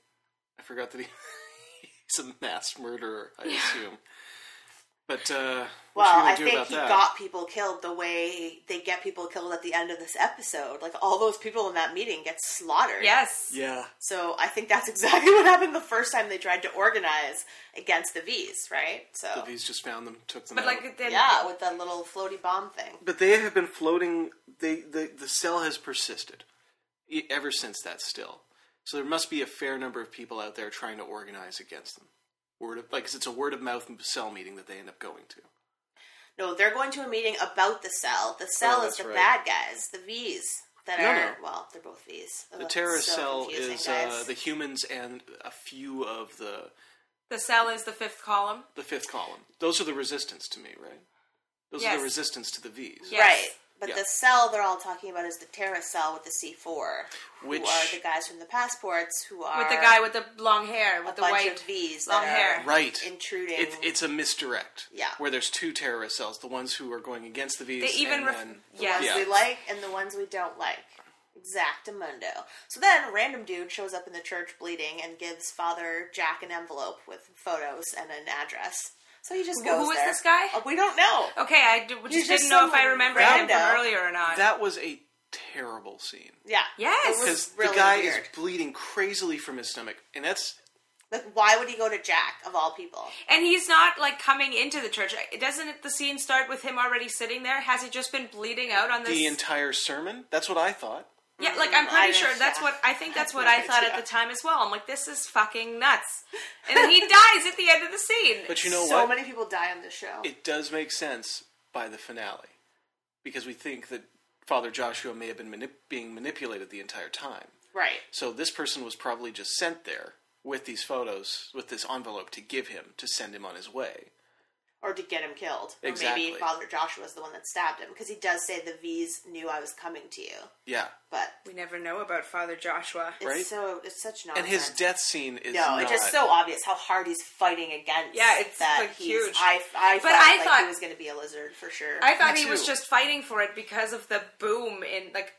S1: I forgot that he he's a mass murderer. I assume, but uh, what
S3: Well,
S1: you
S3: I
S1: gonna do
S3: think
S1: about
S3: he
S1: that?
S3: got people killed the way they get people killed at the end of this episode. Like, all those people in that meeting get slaughtered.
S2: yes
S1: yeah,
S3: So I think that's exactly what happened the first time they tried to organize against the V's, right? So
S1: the V's just found them, took them
S2: but
S1: out.
S2: like then
S3: yeah, with that little floaty bomb thing.
S1: but they have been floating. They the the cell has persisted e- ever since that. Still, so there must be a fair number of people out there trying to organize against them. Word of like 'cause it's a word of mouth cell meeting that they end up going to.
S3: Oh, No, they're going to a meeting about the cell. The cell
S1: Oh, that's
S3: is the
S1: right.
S3: bad guys, the V's that
S1: No,
S3: are
S1: no.
S3: well, they're both V's.
S1: The
S3: Ugh,
S1: terrorist
S3: so
S1: cell
S3: confusing,
S1: is
S3: guys.
S1: uh, the humans and a few of the
S2: the cell is the fifth column
S1: the fifth column. Those are the resistance to me, right? Those are
S2: Yes.
S1: the resistance to the V's,
S2: yes.
S3: right. But
S1: Yeah.
S3: the cell they're all talking about is the terrorist cell with the C four,
S1: Which-
S3: who are the guys from the passports who are
S2: with the guy with the long hair with
S3: a
S2: the
S3: bunch
S2: white
S3: of V's
S2: long
S3: that
S2: hair
S3: are
S1: right?
S3: intruding.
S1: It, it's a misdirect.
S3: Yeah.
S1: Where there's two terrorist cells, the ones who are going against the V's.
S2: They even
S1: and
S2: ref-
S1: then-
S2: yes.
S3: ones we like and the ones we don't like. Exactamundo. So then, a random dude shows up in the church bleeding and gives Father Jack an envelope with photos and an address. So he just
S2: Who-
S3: goes.
S2: who was
S3: there.
S2: this guy? Oh,
S3: Uh, we don't know.
S2: Okay, I d-
S3: He's
S2: just
S3: just
S2: didn't know if I
S3: someone
S2: remembered him
S3: random.
S2: from earlier or not.
S1: That was a terrible scene.
S3: Yeah.
S2: Yes.
S3: It
S1: Because
S3: was really
S1: the guy
S3: weird.
S1: is bleeding crazily from his stomach, and that's
S3: like, why would he go to Jack of all people?
S2: and he's not like coming into the church. Doesn't the scene start with him already sitting there? Has he just been bleeding out on this?
S1: the entire sermon. That's what I thought.
S2: yeah, like I'm
S3: I
S2: pretty sure
S3: understand.
S2: that's what I think. That's what
S3: no
S2: I thought at
S3: idea.
S2: the time as well. I'm like, this is fucking nuts. And then he dies at the end of the scene.
S1: But you know
S3: so
S1: what?
S3: many people die on this show.
S1: it does make sense by the finale because we think that Father Joshua may have been manip- being manipulated the entire time.
S3: right.
S1: So this person was probably just sent there with these photos, with this envelope to give him to send him on his way.
S3: Or to get him killed. Or maybe
S1: Exactly.
S3: Father Joshua's the one that stabbed him because he does say the V's knew I was coming to you,
S1: Yeah,
S3: but
S2: we never know about Father Joshua.
S3: it's
S1: Right?
S3: so it's such
S1: and
S3: nonsense.
S1: his death scene is
S3: No,
S1: not,
S3: it's just so obvious how hard he's fighting against.
S2: Yeah, it's,
S3: that
S2: like,
S3: he's,
S2: huge.
S3: I, I
S2: But
S3: felt
S2: I
S3: like
S2: thought-
S3: he was going to be a lizard for sure.
S2: I thought
S1: Me
S2: he was
S1: too.
S2: just fighting for it because of the boom in like.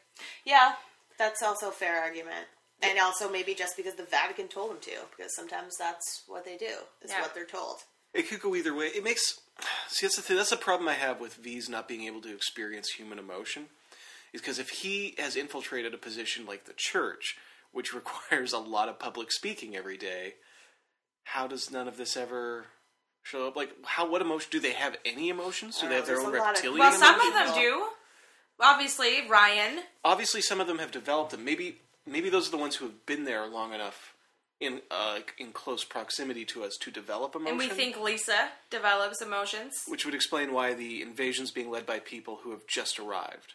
S3: yeah, that's also a fair argument, and also maybe just because the Vatican told him to, because sometimes that's what they do is
S2: Yeah.
S3: what they're told.
S1: It could go either way. It makes see that's the thing, that's the problem I have with V's not being able to experience human emotion, is because if he has infiltrated a position like the church, which requires a lot of public speaking every day, how does none of this ever show up? Like, how what emotion do they have? Any emotions? Do they have their
S3: Uh, There's
S1: own
S3: a lot of-
S1: reptilian?
S2: Well,
S3: Even
S2: some
S1: emotion?
S2: of them do. Obviously, Ryan.
S1: Obviously, some of them have developed them. Maybe maybe those are the ones who have been there long enough. In uh, in close proximity to us to develop emotion,
S2: And we think Lisa develops emotions.
S1: which would explain why the invasion's being led by people who have just arrived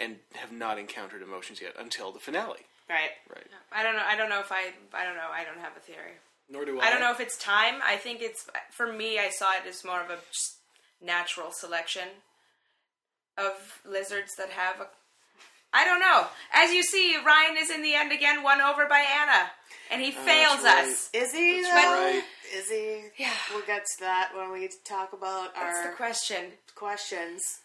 S1: and have not encountered emotions yet until the finale.
S3: Right.
S1: Right.
S2: I don't know. I don't know if I. I don't know. I don't have a theory.
S1: Nor do I.
S2: I don't know if it's time. I think it's for me. I saw it as more of a just natural selection of lizards that have a. I don't know. As you see, Ryan is in the end again won over by Anna, and
S3: Oh,
S2: he fails
S1: right.
S2: us.
S3: Is he?
S1: That's
S3: though?
S1: right.
S3: Is he?
S2: Yeah.
S3: We'll get to that when we talk about
S2: That's
S3: our
S2: the question.
S3: questions.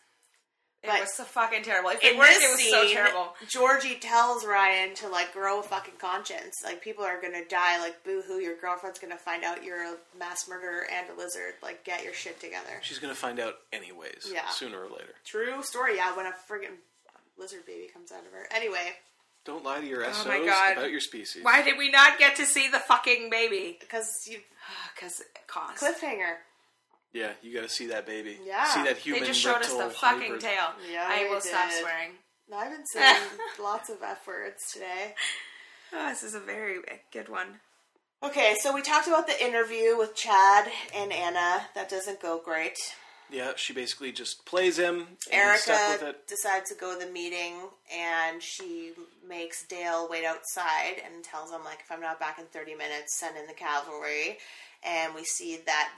S2: it
S3: But
S2: was so fucking terrible. If it
S3: In
S2: worked,
S3: this
S2: it was so
S3: scene,
S2: terrible.
S3: Georgie tells Ryan to like grow a fucking conscience. Like people are gonna die. Like boo hoo, your girlfriend's gonna find out you're a mass murderer and a lizard. Like get your shit together.
S1: She's gonna find out anyways,
S3: Yeah.
S1: sooner or later.
S3: True story. Yeah, when a friggin' lizard baby comes out of her. Anyway,
S1: Don't lie to your SOs
S2: Oh my God.
S1: about your species.
S2: Why did we not get to see the fucking baby?
S3: because you
S2: Because cost.
S3: cliffhanger.
S1: Yeah, you gotta see that baby.
S3: Yeah.
S1: See that
S2: They
S1: human.
S2: just showed us the
S1: reptile
S2: fucking
S1: hybrid.
S2: tail.
S3: Yeah,
S2: I
S3: they
S2: will stop
S3: did.
S2: swearing.
S3: No, I've been saying lots of f words today.
S2: Oh, this is a very good one.
S3: Okay, so we talked about the interview with Chad and Anna. That doesn't go great.
S1: Yeah, she basically just plays him. And Erica. Stuck with
S3: Erica
S1: it.
S3: decides to go to the meeting and she makes Dale wait outside and tells him like if I'm not back in 30 minutes send in the cavalry and we see that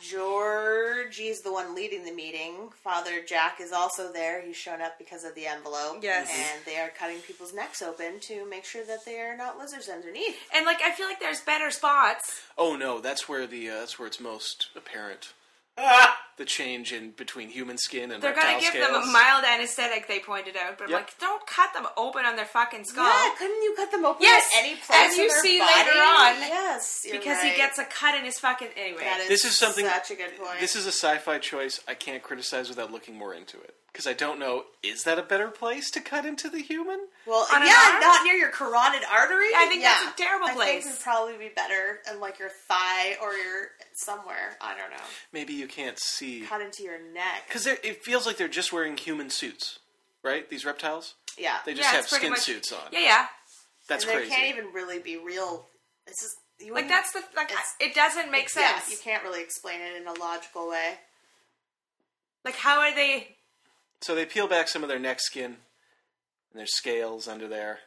S3: Georgie's the one leading the meeting. Father Jack is also there. He's shown up because of the envelope.
S2: Yes.
S3: And they are cutting people's necks open to make sure that they are not lizards underneath.
S2: And like, I feel like there's better spots.
S1: Oh no, that's where the uh, that's where it's most apparent. The change in between human skin and
S2: They're
S1: reptile
S2: gonna give
S1: scales.
S2: them a mild anesthetic. They pointed out, but I'm
S1: Yep.
S2: like, don't cut them open on their fucking skull.
S3: Yeah, couldn't you cut them open
S2: Yes,
S3: at any place?
S2: as you
S3: in their
S2: see
S3: body?
S2: later on,
S3: Yes. you're
S2: because
S3: right.
S2: he gets a cut in his fucking anyway.
S3: That is
S1: This is something.
S3: such a good point.
S1: This is a sci-fi choice. I can't criticize without looking more into it because I don't know. Is that a better place to cut into the human?
S3: Well,
S2: On an
S3: yeah,
S2: arm?
S3: not near your carotid artery.
S2: I think that's a terrible
S3: I think
S2: place.
S3: would probably be better in like your thigh or your somewhere. I don't know.
S1: Maybe you can't see
S3: Cut into your neck.
S1: because it feels like they're just wearing human suits, right? These reptiles.
S3: Yeah,
S1: They
S2: Yeah,
S1: just have
S2: it's pretty
S1: skin
S2: much-
S1: suits on.
S2: Yeah, yeah.
S1: That's
S3: and they
S1: crazy.
S3: can't even really be real. It's just you
S2: Like
S3: wouldn't-
S2: that's the like
S3: It's-
S2: it doesn't make sense.
S3: yeah, you can't really explain it in a logical way.
S2: Like how are they?
S1: So they peel back some of their neck skin, and there's scales under there,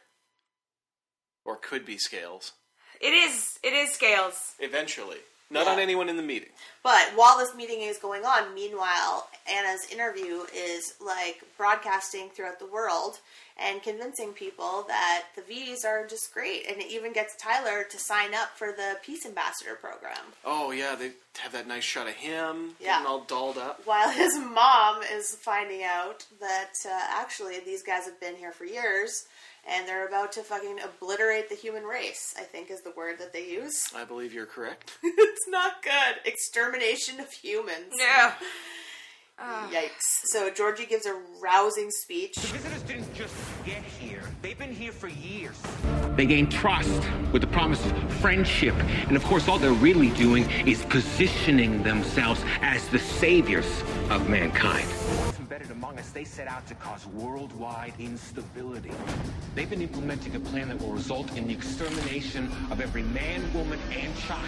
S1: or could be scales.
S2: It is it is scales.
S1: Eventually, not
S3: Yeah.
S1: on anyone in the meeting.
S3: But while this meeting is going on, meanwhile, Anna's interview is like broadcasting throughout the world and convincing people that the V's are just great. And it even gets Tyler to sign up for the Peace Ambassador program.
S1: Oh yeah, they have that nice shot of him
S3: Yeah.
S1: getting all dolled up.
S3: While his mom is finding out that uh, actually these guys have been here for years and they're about to fucking obliterate the human race, I think is the word that they use.
S1: I believe you're correct.
S3: it's not good. Extermination of humans.
S2: Yeah.
S3: Yikes. So Georgie gives a rousing speech.
S9: Visitors didn't just get here, they've been here for years. They gained trust with the promise of friendship. And of course, all they're really doing is positioning themselves as the saviors of mankind. What's embedded among us, they set out to cause worldwide instability. They've been implementing a plan that will result in the extermination of every man, woman, and child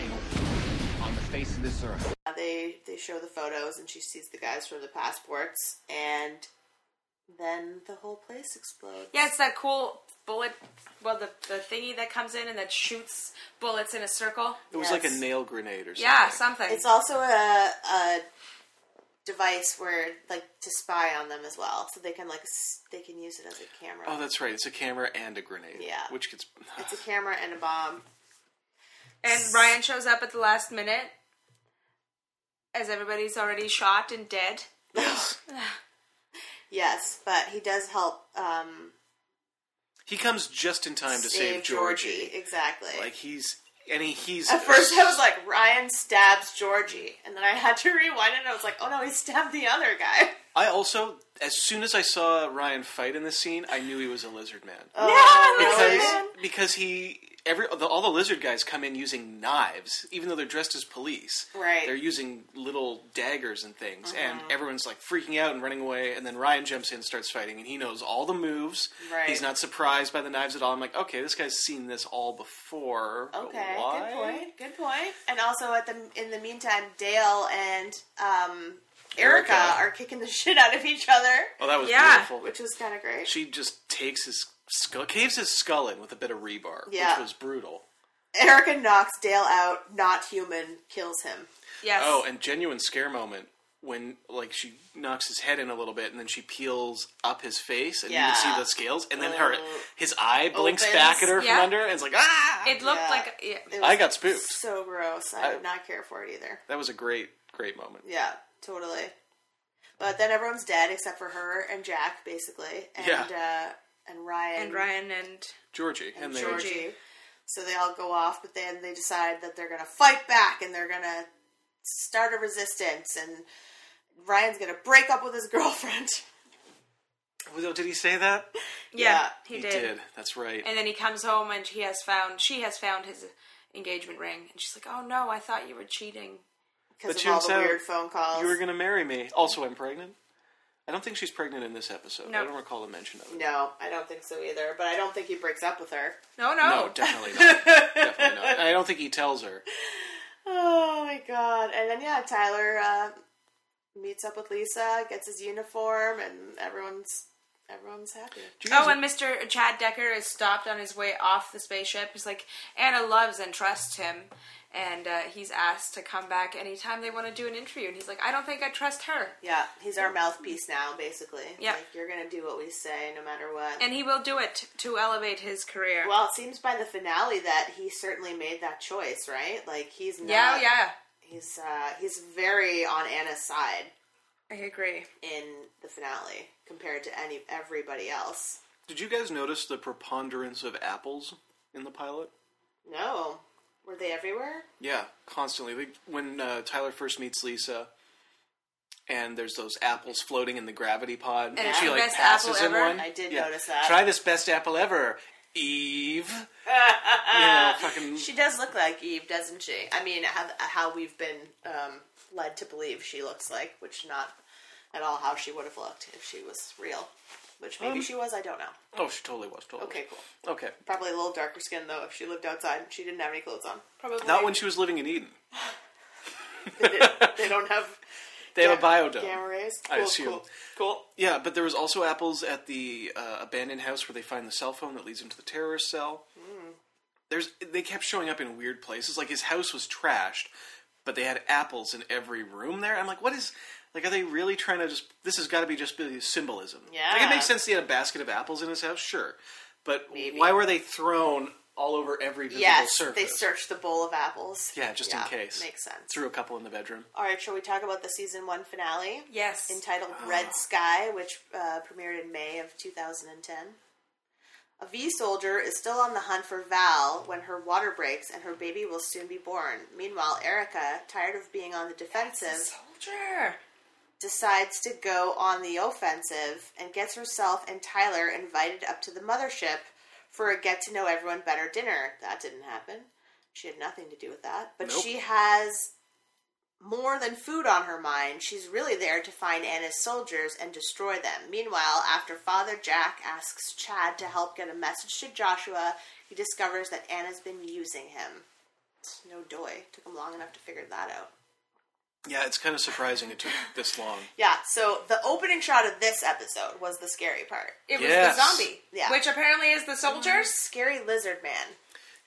S9: on the face of this earth.
S3: Uh, They they show the photos and she sees the guys from the passports and then the whole place explodes.
S2: Yeah, it's that cool bullet. Well, the the thingy that comes in and that shoots bullets in a circle.
S1: It was like a
S3: Yes.
S1: nail grenade or something.
S2: Yeah, something.
S3: It's also a a device where like to spy on them as well, so they can like s- they can use it as a camera.
S1: Oh, that's right. It's a camera and a grenade.
S3: Yeah.
S1: Which gets.
S3: it's a camera and a bomb.
S2: and Ryan shows up at the last minute, as everybody's already shot and dead.
S3: Yes, but he does help um,
S1: He comes just in time to save, Georgie.
S3: Exactly.
S1: Like he's and he, he's.
S3: At first, I was like, Ryan stabs Georgie. And then I had to rewind it, and I was like, oh no, he stabbed the other guy.
S1: I also, as soon as I saw Ryan fight in this scene, I knew he was a lizard man.
S3: Really?
S1: because because he every the, all the lizard guys come in using knives, even though they're dressed as police.
S3: Right. Uh-huh.
S1: They're using little daggers and things, and everyone's like freaking out and running away. And then Ryan jumps in, and starts fighting, and he knows all the moves.
S3: Right.
S1: He's not surprised by the knives at all. I'm like, okay, this guy's seen this all before. but
S3: Okay,
S1: why?
S3: good point. Good point. And also, at the in the meantime, Dale and um, Erica,
S1: Erica.
S3: are kicking the shit out of each other,
S1: Oh, that was
S2: Yeah.
S1: beautiful.
S3: which was kind of great.
S1: she just takes his skull, caves his skull in with a bit of rebar,
S3: Yeah.
S1: which was brutal.
S3: Erica knocks Dale out. Not human kills him.
S2: Yes.
S1: Oh, and genuine scare moment when like she knocks his head in a little bit and then she peels up his face and you can
S3: Yeah. Oh.
S1: see the scales and then her his eye blinks
S3: Opens.
S1: back at her
S2: Yeah.
S1: from under and it's like ah
S2: it looked
S3: Yeah.
S2: like yeah.
S3: It
S1: I
S3: was
S1: got spooked.
S3: So gross. I
S1: I-
S3: did not care for it either.
S1: That was a great great moment.
S3: Yeah, totally. But then everyone's dead except for her and Jack, basically, and uh, and Ryan
S2: And Ryan and
S1: Georgie and, they
S3: Georgie. So they all go off, but then they decide that they're gonna fight back and they're gonna start a resistance. And Ryan's gonna break up with his girlfriend.
S1: Well, Did he say that?
S2: yeah,
S3: Yeah,
S2: he, did.
S1: That's right.
S2: And then he comes home and he has found she has found his engagement ring, and she's like, "Oh no, I thought you were cheating."
S3: because
S1: But
S3: of all
S1: turns
S3: the
S1: out
S3: weird phone calls.
S1: You were going to marry me. Also, I'm pregnant. I don't think she's pregnant in this episode.
S2: No.
S1: I don't recall a mention of it.
S3: no, I don't think so either. But I don't think he breaks up with her.
S2: No,
S1: No,
S2: no,
S1: definitely not. definitely not. And I don't think he tells her.
S3: Oh my god! And then yeah, Tyler uh, meets up with Lisa, gets his uniform, and everyone's everyone's happy.
S1: Do you guys-
S2: Oh, and Mr. Chad Decker is stopped on his way off the spaceship. He's like, Anna loves and trusts him. And uh, he's asked to come back anytime they want to do an interview. And he's like, I don't think I trust her.
S3: Yeah, he's our mouthpiece now, basically.
S2: Yeah.
S3: like, you're gonna do what we say, no matter what.
S2: And he will do it to elevate his career.
S3: well, it seems by the finale that he certainly made that choice, right? Like he's not,
S2: yeah, yeah.
S3: he's uh, he's very on Anna's side
S2: I agree.
S3: in the finale compared to any everybody else.
S1: Did you guys notice the preponderance of apples in the pilot?
S3: No, were they everywhere?
S1: Yeah, constantly. Like, When uh, Tyler first meets Lisa, and there's those apples floating in the gravity pod, and,
S2: it's
S1: she
S2: the
S1: like
S2: best
S1: passes
S2: apple
S1: him
S2: ever.
S1: one.
S3: I did
S1: Yeah.
S3: notice that.
S1: Try this best apple ever, Eve. you know, fucking.
S3: She does look like Eve, doesn't she? I mean, how, how we've been um, led to believe she looks like, which not at all how she would have looked if she was real. Which
S1: Um,
S3: maybe she was, I don't know.
S1: Oh, she totally was. Totally.
S3: Okay, cool.
S1: Was. Okay.
S3: Probably a little darker skin though. If she lived outside, she didn't have any clothes on. Probably
S1: Not when she was living in Eden.
S3: they don't have
S1: They have a biodome.
S3: gamma rays.
S1: I assume.
S3: Cool. cool.
S1: Yeah, but there was also apples at the uh, abandoned house where they find the cell phone that leads into the terrorist cell.
S3: Hmm.
S1: There's they kept showing up in weird places. Like his house was trashed, but they had apples in every room there. I'm like, what is? Like, are they really trying to just? This has got to be just be symbolism. like
S3: Yeah.
S1: it makes sense. He had a basket of apples in his house, sure, but why were they thrown all over every visible
S3: Yes,
S1: surface?
S3: they searched the bowl of apples.
S1: Yeah, just in case.
S3: Makes sense.
S1: Threw a couple in the bedroom.
S3: All right, shall we talk about the season one finale?
S2: Yes.
S3: entitled
S1: Ah.
S3: Red Sky, which uh, premiered in May of 2010. A V soldier is still on the hunt for Val when her water breaks and her baby will soon be born. Meanwhile, Erica, tired of being on the defensive,
S2: Soldier.
S3: decides to go on the offensive and gets herself and Tyler invited up to the mothership for a get to know everyone better dinner. That didn't happen. She had nothing to do with that. But
S1: Nope.
S3: she has more than food on her mind. She's really there to find Anna's soldiers and destroy them. Meanwhile, after Father Jack asks Chad to help get a message to Joshua, he discovers that Anna's been using him. It's no doy. Took him long enough to figure that out.
S1: Yeah, it's kind of surprising it took this long.
S3: Yeah, so the opening shot of this episode was the scary part.
S2: It
S1: Yes.
S2: was the zombie,
S3: Yeah.
S2: which apparently is the soldiers.
S3: Scary lizard man.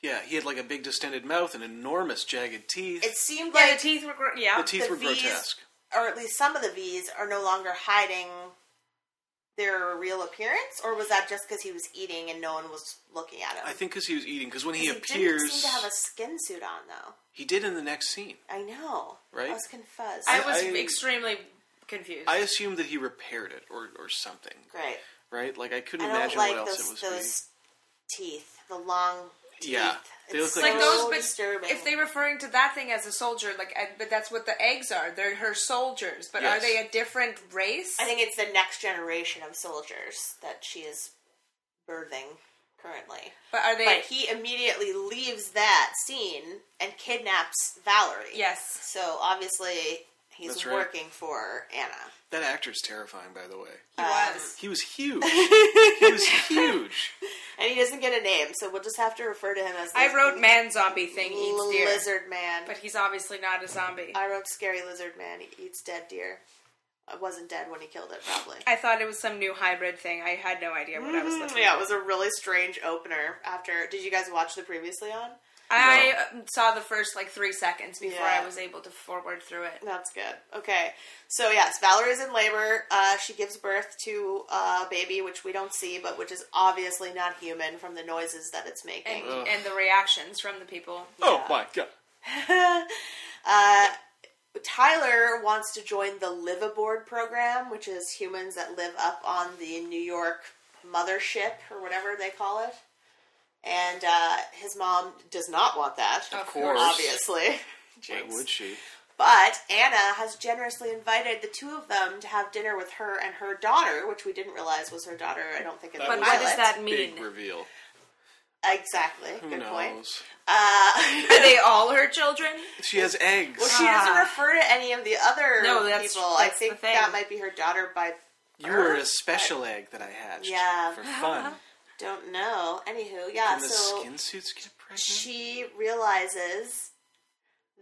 S1: Yeah, he had like a big distended mouth and enormous jagged teeth.
S3: It seemed
S2: Yeah,
S3: like,
S2: the teeth were. Gr- yeah,
S1: the teeth
S3: the
S1: were
S3: V's-
S1: grotesque.
S3: or at least some of the V's, are no longer hiding their real appearance, or was that just because he was eating and no one was looking at him?
S1: I think because he was eating. Because when he
S3: 'Cause
S1: appears,
S3: didn't seem to have a skin suit on though.
S1: he did in the next scene.
S3: I know.
S1: Right?
S3: I was confused.
S2: I was
S1: I-
S2: extremely confused.
S1: I assumed that he repaired it or, or something,
S3: great.
S1: right? Like I couldn't
S3: I don't
S1: imagine
S3: like
S1: what else
S3: those,
S1: it was.
S3: those teeth, the long teeth.
S1: Yeah. They
S3: Oh, It's
S1: look
S2: like
S1: like
S2: those,
S3: so
S2: but
S3: disturbing.
S2: if they're referring to that thing as a soldier, like, I, but that's what the eggs are. They're her soldiers, but are
S1: Yes.
S2: they a different race?
S3: I think it's the next generation of soldiers that she is birthing currently.
S2: but are they?
S3: But he immediately leaves that scene and kidnaps Valerie.
S2: Yes.
S3: So obviously he's
S1: That's right.
S3: working for Anna.
S1: That actor's terrifying, by the way.
S2: he was.
S1: He was huge. he was huge.
S3: And he doesn't get a name, so we'll just have to refer to him as
S2: I
S3: liz-
S2: wrote man zombie thing eats deer,
S3: lizard man.
S2: but he's obviously not a zombie. I,
S3: I wrote scary lizard man. He eats dead deer. I wasn't dead when he killed it, probably.
S2: thought it was some new hybrid thing. I had no idea what I
S1: Mm-hmm.
S2: was looking.
S3: yeah,
S2: at.
S3: it was a really strange opener. After, did you guys watch the previously on?
S2: I um, saw the first like three seconds before
S3: Yeah.
S2: I was able to forward through it.
S3: That's good. Okay. So, yes, Valerie's in labor. Uh, she gives birth to a baby, which we don't see, but which is obviously not human from the noises that it's making.
S2: And, and the reactions from the people.
S1: Oh my god!
S3: Tyler wants to join the Liveaboard program, which is humans that live up on the New York mothership or whatever they call it. And uh, his mom does not want that.
S1: Of course.
S3: Obviously.
S1: Why
S3: Jinx.
S1: would she?
S3: But Anna has generously invited the two of them to have dinner with her and her daughter, which we didn't realize was her daughter. I don't think in
S1: That
S3: the
S2: But
S1: was
S2: what
S1: a
S3: pilot.
S2: does that mean?
S1: Big reveal.
S3: Exactly.
S1: Who
S3: Good
S1: knows?
S3: point. Uh,
S2: Are they all her children?
S1: She has eggs.
S3: Well, she doesn't
S2: Ah.
S3: refer to any of the other
S2: No, that's-
S3: people. I
S2: that's the
S3: think
S2: thing.
S3: that might be her daughter by
S1: you were a special egg that I hatched.
S3: Yeah.
S1: For fun.
S3: don't know. Anywho, yeah.
S1: And the
S3: so
S1: skin suits get pregnant?
S3: she realizes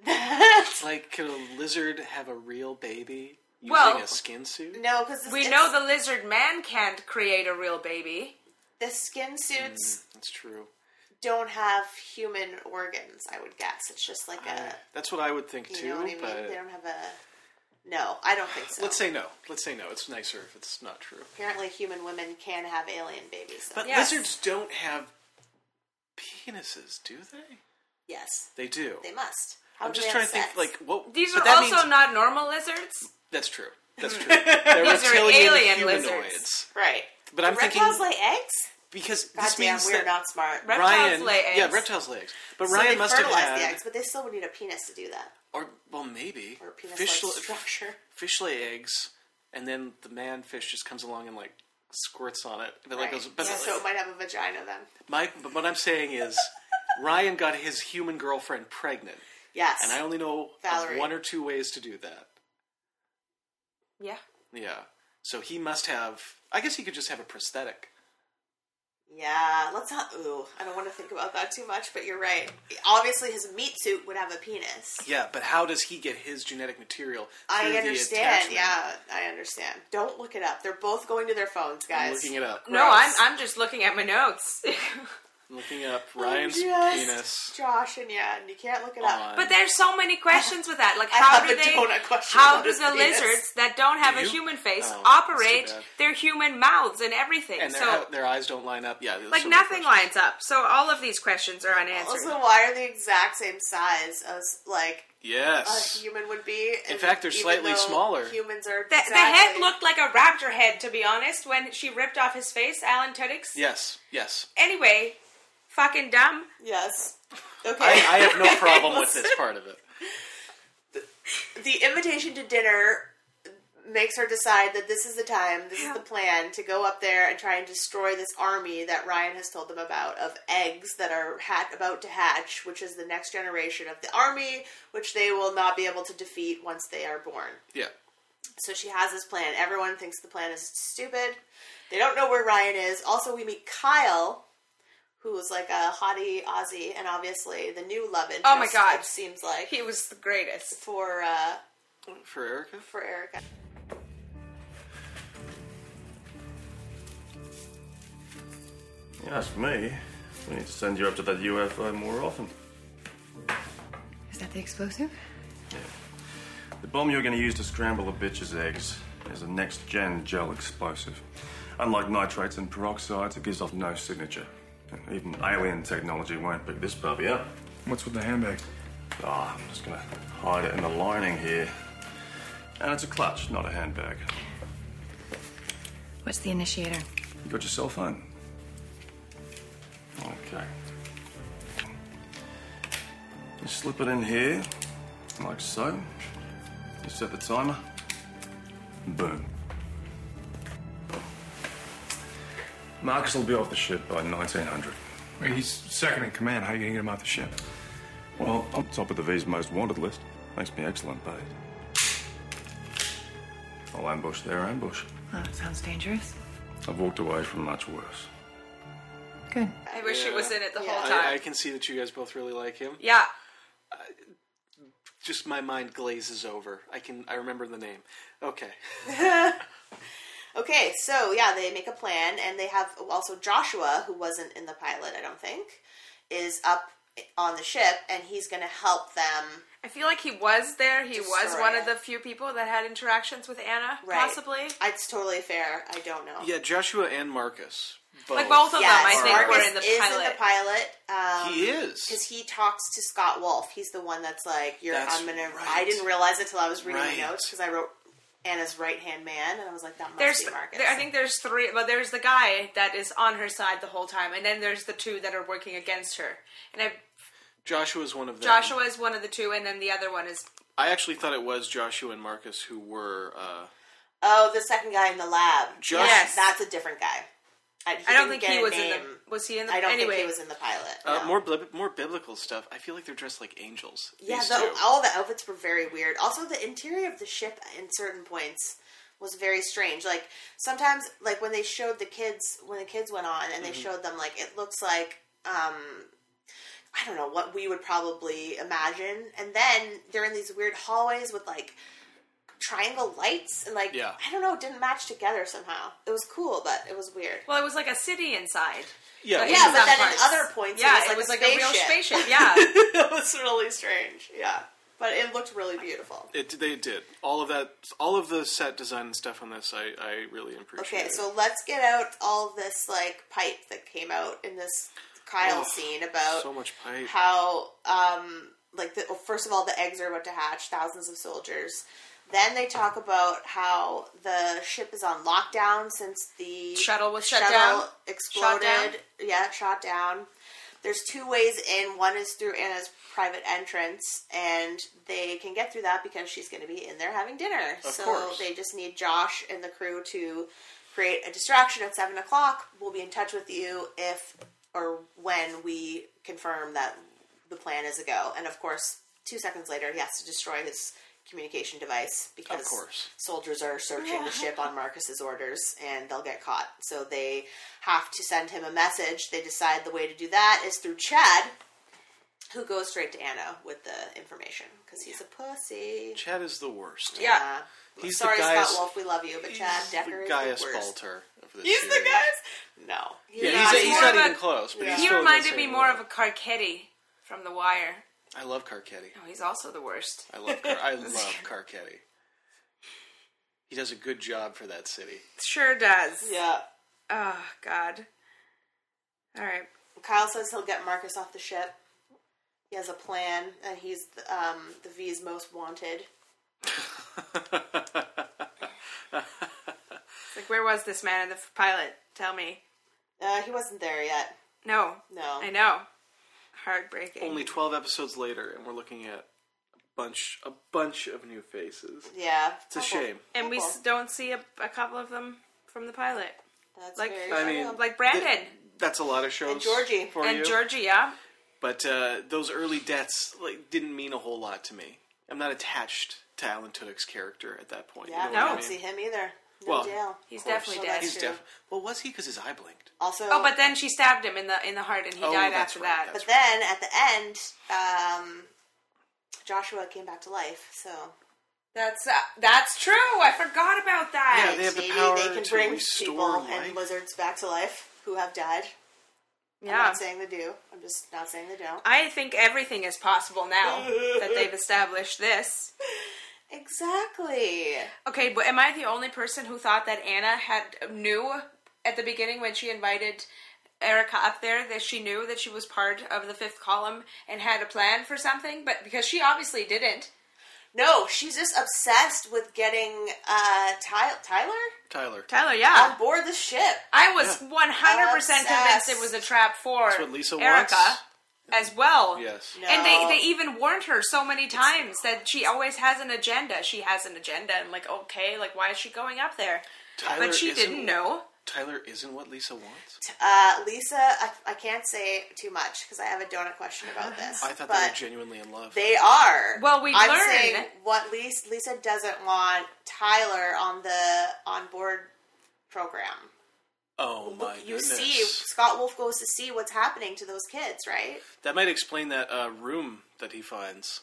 S3: that
S1: Like, could a lizard have a real baby using
S2: Well-
S1: a skin suit?
S3: no, because
S2: We know the lizard man can't create a real baby.
S3: the skin suits
S1: Hmm, That's true.
S3: don't have human organs. I would guess it's just like a
S1: That's what I would think
S3: uh, you
S1: too.
S3: know what I mean.
S1: But
S3: They don't have a no. I don't think so.
S1: let's say no. Let's say no. It's nicer if it's not true.
S3: apparently human women can have alien babies. though.
S1: But
S2: Yes.
S1: lizards don't have penises, do they?
S3: yes,
S1: They do.
S3: they must. How
S1: I'm
S3: do
S1: just
S3: they
S1: trying
S3: have
S1: to think.
S3: sex?
S1: Like, what?
S2: These
S1: but
S2: are
S1: that
S2: also
S1: means-
S2: not normal lizards.
S1: That's true. That's true. They're
S2: These are
S1: reptilian
S2: alien
S1: humanoids.
S2: lizards.
S3: right?
S1: But I'm
S3: Do
S1: thinking
S3: reptiles lay eggs.
S1: because
S3: God
S1: this
S3: damn,
S1: means
S3: we're
S1: that
S3: not smart.
S2: Reptiles
S1: Ryan,
S2: lay
S1: yeah,
S2: eggs.
S1: reptiles lay eggs. But
S3: So
S1: Ryan
S3: they
S1: must have
S3: fertilize
S1: had,
S3: the eggs, but they still would need a penis to do that,
S1: or well, maybe
S3: or a penis
S1: fish
S3: like
S1: la-
S3: structure.
S1: fish lay eggs, and then the man fish just comes along and like squirts on it. But like
S3: Right.
S1: goes, but
S3: Yeah, so it might have a vagina then.
S1: my but what I'm saying is, Ryan got his human girlfriend pregnant,
S3: Yes.
S1: and I only know of
S3: Valerie.
S1: one or two ways to do that.
S2: Yeah.
S1: Yeah, so he must have. I guess he could just have a prosthetic.
S3: yeah. Let's not. Ooh, I don't want to think about that too much. But you're right. Obviously, his meat suit would have a penis.
S1: Yeah, but how does he get his genetic material? through
S3: I
S1: the
S3: understand.
S1: attachment?
S3: Yeah, I understand. Don't look it up. They're both going to their phones,
S1: I'm
S3: guys.
S1: looking it up.
S2: No, I'm, I'm just looking at my notes.
S1: I'm looking up Ryan's
S3: Just
S1: penis.
S3: Josh and yeah, and you can't look it up.
S1: on-
S2: but there's so many questions with that. Like,
S3: I
S2: how
S3: have
S2: do
S3: a
S2: they?
S3: donut question
S2: How
S3: about
S2: do
S3: his
S2: the
S3: penis.
S2: lizards that don't have
S1: Do
S2: a
S1: you?
S2: human face
S1: Oh, that's too
S2: operate
S1: bad.
S2: their human mouths and everything?
S1: and their,
S2: so,
S1: their eyes don't line up. Yeah, there's
S2: like,
S1: so many
S2: nothing
S1: questions.
S2: lines up. So, all of these questions are unanswered.
S3: also, why are they exact same size as like a
S1: Yes,
S3: human would be? And
S1: fact, they're
S3: even
S1: slightly
S3: though
S1: smaller.
S3: Humans are
S2: The,
S3: exactly,
S2: the head looked like a raptor head, to be honest, when she ripped off his face, Alan Tudyk.
S1: yes, yes.
S2: Anyway, fucking dumb.
S3: yes. Okay,
S1: I, I have no problem with this part of it.
S3: the invitation to dinner makes her decide that this is the time, this is the plan to go up there and try and destroy this army that Ryan has told them about of eggs that are hat- about to hatch, which is the next generation of the army, which they will not be able to defeat once they are born.
S1: Yeah,
S3: So she has this plan. Everyone thinks the plan is stupid. They don't know where Ryan is. Also, we meet Kyle, who is like a haughty Aussie, and obviously the new love interest.
S2: Oh my God.
S3: it seems like
S2: He was the greatest.
S3: for uh,
S1: for Erica.
S3: for Erica.
S11: You ask me, we need to send you up to that UFO more often.
S4: Is that the explosive?
S11: The bomb you're going to use to scramble a bitch's eggs is a next gen gel explosive. Unlike nitrates and peroxides, it gives off no signature. Even alien technology won't pick this puppy up.
S7: What's with the handbag?
S11: Ah, I'm just going to hide it in the lining here. And it's a clutch, not a handbag.
S4: What's the initiator?
S11: You got your cell phone? Okay. You slip it in here, like so. You set the timer. Boom. Marcus will be off the ship by 1900.
S7: Wait, he's second in command. How are you gonna get him off the ship?
S11: Well, on top of the V's most wanted list. Makes me excellent paid. I'll ambush their ambush.
S4: Oh, that sounds dangerous.
S11: I've walked away from much worse.
S4: Good.
S2: I wish he was in it the whole time.
S1: I, I can see that you guys both really like him.
S2: yeah.
S1: Just my mind glazes over. I can I remember the name. Okay,
S3: Okay, so yeah, they make a plan, and they have also Joshua, who wasn't in the pilot, I don't think, is up on the ship, and he's going to help them.
S2: I feel like he was there. He was
S3: Destroy
S2: one
S3: it.
S2: of the few people that had interactions with Anna,
S3: Right.
S2: possibly.
S3: It's totally fair. I don't know.
S1: yeah, Joshua and Marcus
S2: Like both of
S3: Yes,
S2: them, I think,
S3: Marcus
S2: were in the
S3: is
S2: pilot.
S3: in the pilot. Um,
S1: He is.
S3: because he talks to Scott Wolf. He's the one that's like, "You're."
S1: That's
S3: I'm gonna.
S1: right.
S3: I didn't realize it till I was reading
S1: Right.
S3: the notes because I wrote Anna's right hand man, and I was like, "That must
S2: there's,
S3: be Marcus."
S2: there- I think there's three. Well, there's the guy that is on her side the whole time, and then there's the two that are working against her. And I,
S1: Joshua's one of them.
S2: Joshua is one of the two, and then the other one is
S1: I actually thought it was Joshua and Marcus who were. Uh,
S3: oh, the second guy in the lab.
S1: Josh-
S3: yes, that's a different guy. I, he
S2: I don't
S3: didn't
S2: think
S3: get
S2: he
S3: a
S2: was in
S3: name.
S2: the. Was he in the?
S3: I don't
S2: anyway,
S3: think he was in the pilot.
S1: uh,
S3: no.
S1: More blib- more biblical stuff. I feel like they're dressed like angels.
S3: Yeah,
S1: these
S3: the,
S1: two.
S3: all the outfits were very weird. Also, the interior of the ship in certain points was very strange. Like sometimes, like when they showed the kids when the kids went on and they
S12: Mhm.
S3: showed them, like it looks like um, I don't know what we would probably imagine. And then they're in these weird hallways with like triangle lights and like
S2: Yeah.
S3: I don't know, it didn't match together somehow. It was cool, but it was weird.
S2: well, it was like a city inside.
S3: Yeah,
S2: Like,
S3: yeah,
S2: in
S3: but
S2: some
S3: then
S2: parts.
S3: in other points,
S2: yeah,
S3: it was like, a,
S2: real
S3: spaceship.
S2: spaceship. Yeah,
S3: it was really strange. Yeah, but it looked really beautiful.
S1: It, they did all of that. All of the set design and stuff on this, I, I really appreciate.
S3: Okay, so let's get out all this like pipe that came out in this
S1: Oh,
S3: Kyle scene about
S1: so much pipe.
S3: uh, How um like the well, first of all the eggs are about to hatch, thousands of soldiers. Then they talk about how the ship is on lockdown since the
S2: Shuttle was shut down.
S3: exploded.
S2: Shot down.
S3: Yeah, shot down. There's two ways in. One is through Anna's private entrance, and they can get through that because she's going to be in there having dinner.
S12: Of
S3: so
S12: course.
S3: they just need Josh and the crew to create a distraction at seven o'clock. We'll be in touch with you if or when we confirm that the plan is a go. And of course, two seconds later, he has to destroy his communication device because
S1: course.
S3: soldiers are searching
S12: Yeah.
S3: the ship on Marcus's orders and they'll get caught. So they have to send him a message. They decide the way to do that is through Chad, who goes straight to Anna with the information because he's a pussy.
S1: Chad is the worst.
S3: Yeah.
S1: he's
S3: Sorry,
S1: the guy.
S3: Scott Wolf, we love you, but
S2: uh,
S3: Chad Decker
S1: the
S3: is
S1: Gaius
S3: the worst.
S1: Balter of this
S3: He's the
S1: series.
S3: guys. No,
S1: Yeah, he's- he's
S2: more
S1: not
S2: of
S1: even close, but he's
S2: he
S1: still in that
S2: reminded me
S1: same
S2: more of a Carcetti from The Wire.
S1: I love Carcetti.
S2: Oh, he's also the worst.
S1: I love Car- I love Carcetti. He does a good job for that city.
S2: Sure does.
S3: Yeah.
S2: Oh God. All right.
S3: Kyle says he'll get Marcus off the ship. He has a plan, and he's um, the V's most wanted.
S2: It's like, where was this man in the f- pilot? Tell me.
S3: Uh, he wasn't there yet.
S2: No.
S3: No.
S2: I know. Heartbreaking.
S1: Only twelve episodes later, and we're looking at a bunch a bunch of new faces.
S3: Yeah.
S1: it's a shame.
S2: And we s- don't see a, a couple of them from the pilot.
S3: That's
S2: like,
S1: very I mean, true.
S2: like Brandon
S1: That's a lot of shows.
S2: and Georgie
S1: for
S2: and
S1: you.
S2: Georgie. Yeah.
S1: But uh, those early deaths like didn't mean a whole lot to me. I'm not attached to Alan Tudyk's character at that point. you
S3: Yeah,
S1: know
S3: we
S1: what I
S3: don't
S1: mean?
S3: see him either. No
S1: well,
S3: Dale.
S1: of course. He's
S3: That's true.
S1: deaf. Well, was he? Because his eye blinked.
S3: Also,
S2: Oh, but then she stabbed him in the in the heart, and he
S1: Oh,
S2: died
S1: that's
S2: after
S1: right,
S2: that.
S3: but then at the end, um, Joshua came back to life. So
S2: that's uh, that's true. I forgot about that.
S1: Yeah, they have the
S3: maybe
S1: power
S3: they can
S1: to
S3: bring
S1: restore
S3: people
S1: life.
S3: and lizards back to life who have died.
S2: Yeah.
S3: I'm not saying they do. I'm just not saying they don't.
S2: I think everything is possible now that they've established this.
S3: Exactly.
S2: Okay, but am I the only person who thought that Anna had knew at the beginning when she invited Erica up there that she knew that she was part of the fifth column and had a plan for something? But because she obviously didn't.
S3: No, she's just obsessed with getting uh, Ty- Tyler.
S1: Tyler.
S2: Tyler, yeah.
S3: On board the ship.
S2: Oh, I was one hundred percent
S3: Obsessed.
S2: convinced it was a trap for
S1: That's what Lisa
S2: Erica
S1: wants.
S2: as well.
S1: Yes.
S2: And they, they even warned her so many times that she always has an agenda. She has an agenda. I'm like, okay, like why is she going up there?
S1: Tyler
S2: but she
S1: isn't-
S2: didn't know.
S1: Tyler isn't what Lisa wants.
S3: Uh, Lisa, I, I can't say too much because I have a donut question about this.
S1: I thought
S3: but
S1: they were genuinely in love.
S3: They are.
S2: Well, we
S3: I'm
S2: learn-
S3: saying what Lisa, Lisa doesn't want Tyler on the on board program.
S1: Oh my
S3: You
S1: goodness!
S3: see, Scott Wolf goes to see what's happening to those kids, right?
S1: that might explain that uh, room that he finds.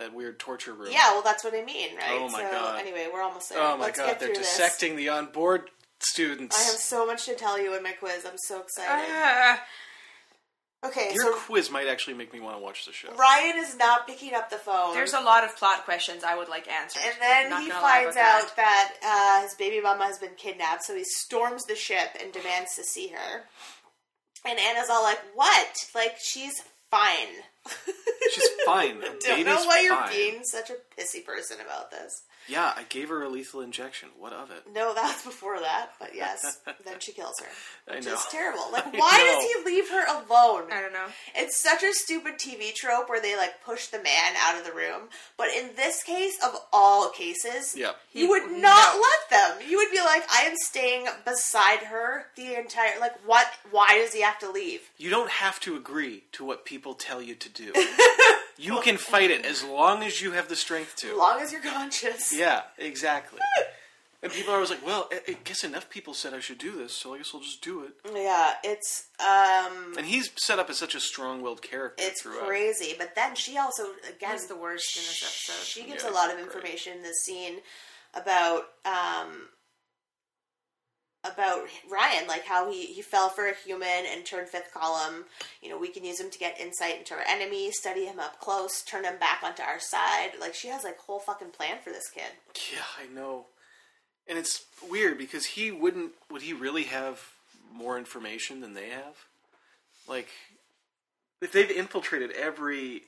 S1: That weird torture room.
S3: Yeah, well, that's what I mean, right?
S1: Oh my
S3: so,
S1: god.
S3: Anyway, we're almost there.
S1: Oh my
S3: Let's
S1: god!
S3: get
S1: They're
S3: through this.
S1: dissecting the on-board students.
S2: Ah,
S3: I have so much to tell you in my quiz. I'm so excited. Okay,
S1: Your
S3: so
S1: quiz might actually make me want to watch the show.
S3: Ryan is not picking up the phone.
S2: There's a lot of plot questions I would like answered.
S3: And then
S2: Not
S3: he
S2: gonna lie
S3: finds
S2: about that.
S3: out that uh, his baby mama has been kidnapped, so he storms the ship and demands to see her. And Anna's all like, "What? Like she's fine."
S1: She's fine. The
S3: Don't
S1: baby's
S3: know why you're
S1: fine.
S3: being such a pissy person about this.
S1: Yeah, I gave her a lethal injection. What of it?
S3: No, that was before that, but yes, then she kills her.
S1: I
S3: Which
S1: know.
S3: is terrible. Like,
S1: I
S3: why
S1: know.
S3: does he leave her alone? I
S2: don't know.
S3: It's such a stupid TV trope where they like push the man out of the room. But in this case, of all cases,
S1: Yeah.
S3: you would not let them. You would be like, I am staying beside her the entire. Like, what? Why does he have to leave?
S1: You don't have to agree to what people tell you to do. you can fight it as long as you have the strength
S3: As
S1: to.
S3: long as you're conscious.
S1: Yeah, exactly. and people are always like, well, I, I guess enough people said I should do this, so I guess I'll just do it.
S3: Mm. Yeah, it's um.
S1: And he's set up as such a strong-willed character
S3: It's
S1: throughout.
S3: crazy. But then she also again the
S2: worst in this episode.
S3: She gives
S1: Yeah,
S3: a lot of
S1: great.
S3: information in this scene about um about Ryan, like how he he fell for a human and turned fifth column. You know, we can use him to get insight into our enemy, study him up close, turn him back onto our side. Like she has like whole fucking plan for this kid.
S1: Yeah, I know. And it's weird because he wouldn't. Would he really have more information than they have? Like, if they've infiltrated every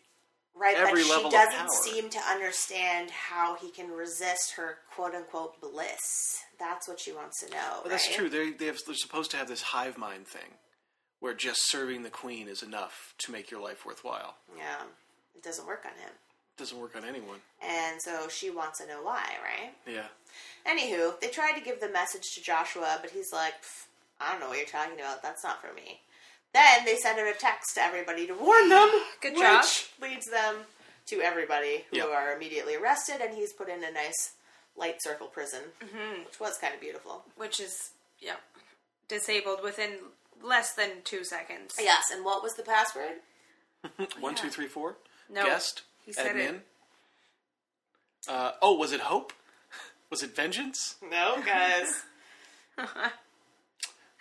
S3: Right,
S1: every
S3: but
S1: level
S3: she
S1: of
S3: doesn't
S1: power.
S3: seem to understand how he can resist her quote unquote bliss. That's what she wants to know.
S1: Well, that's
S3: right?
S1: true. They they have, they're supposed to have this hive mind thing, where just serving the queen is enough to make your life worthwhile.
S3: Yeah. It doesn't work on him.
S1: doesn't work on anyone.
S3: And so she wants to know why, right?
S1: Yeah.
S3: Anywho, they tried to give the message to Joshua, but he's like, "Pff, I don't know what you're talking about. That's not for me. Then they send out a text to everybody to warn them.
S2: Good
S3: which
S2: job.
S3: leads them to everybody who
S1: Yeah.
S3: are immediately arrested, and he's put in a nice light circle prison,
S2: Mhm.
S3: which was kind of beautiful.
S2: Which is, yeah, disabled within less than two seconds.
S3: Yes, and what was the password?
S1: One, two, three, four.
S2: No,
S1: Guest.
S2: he said
S1: admin.
S2: it.
S1: Uh, oh, was it hope? Was it vengeance?
S3: No, guys.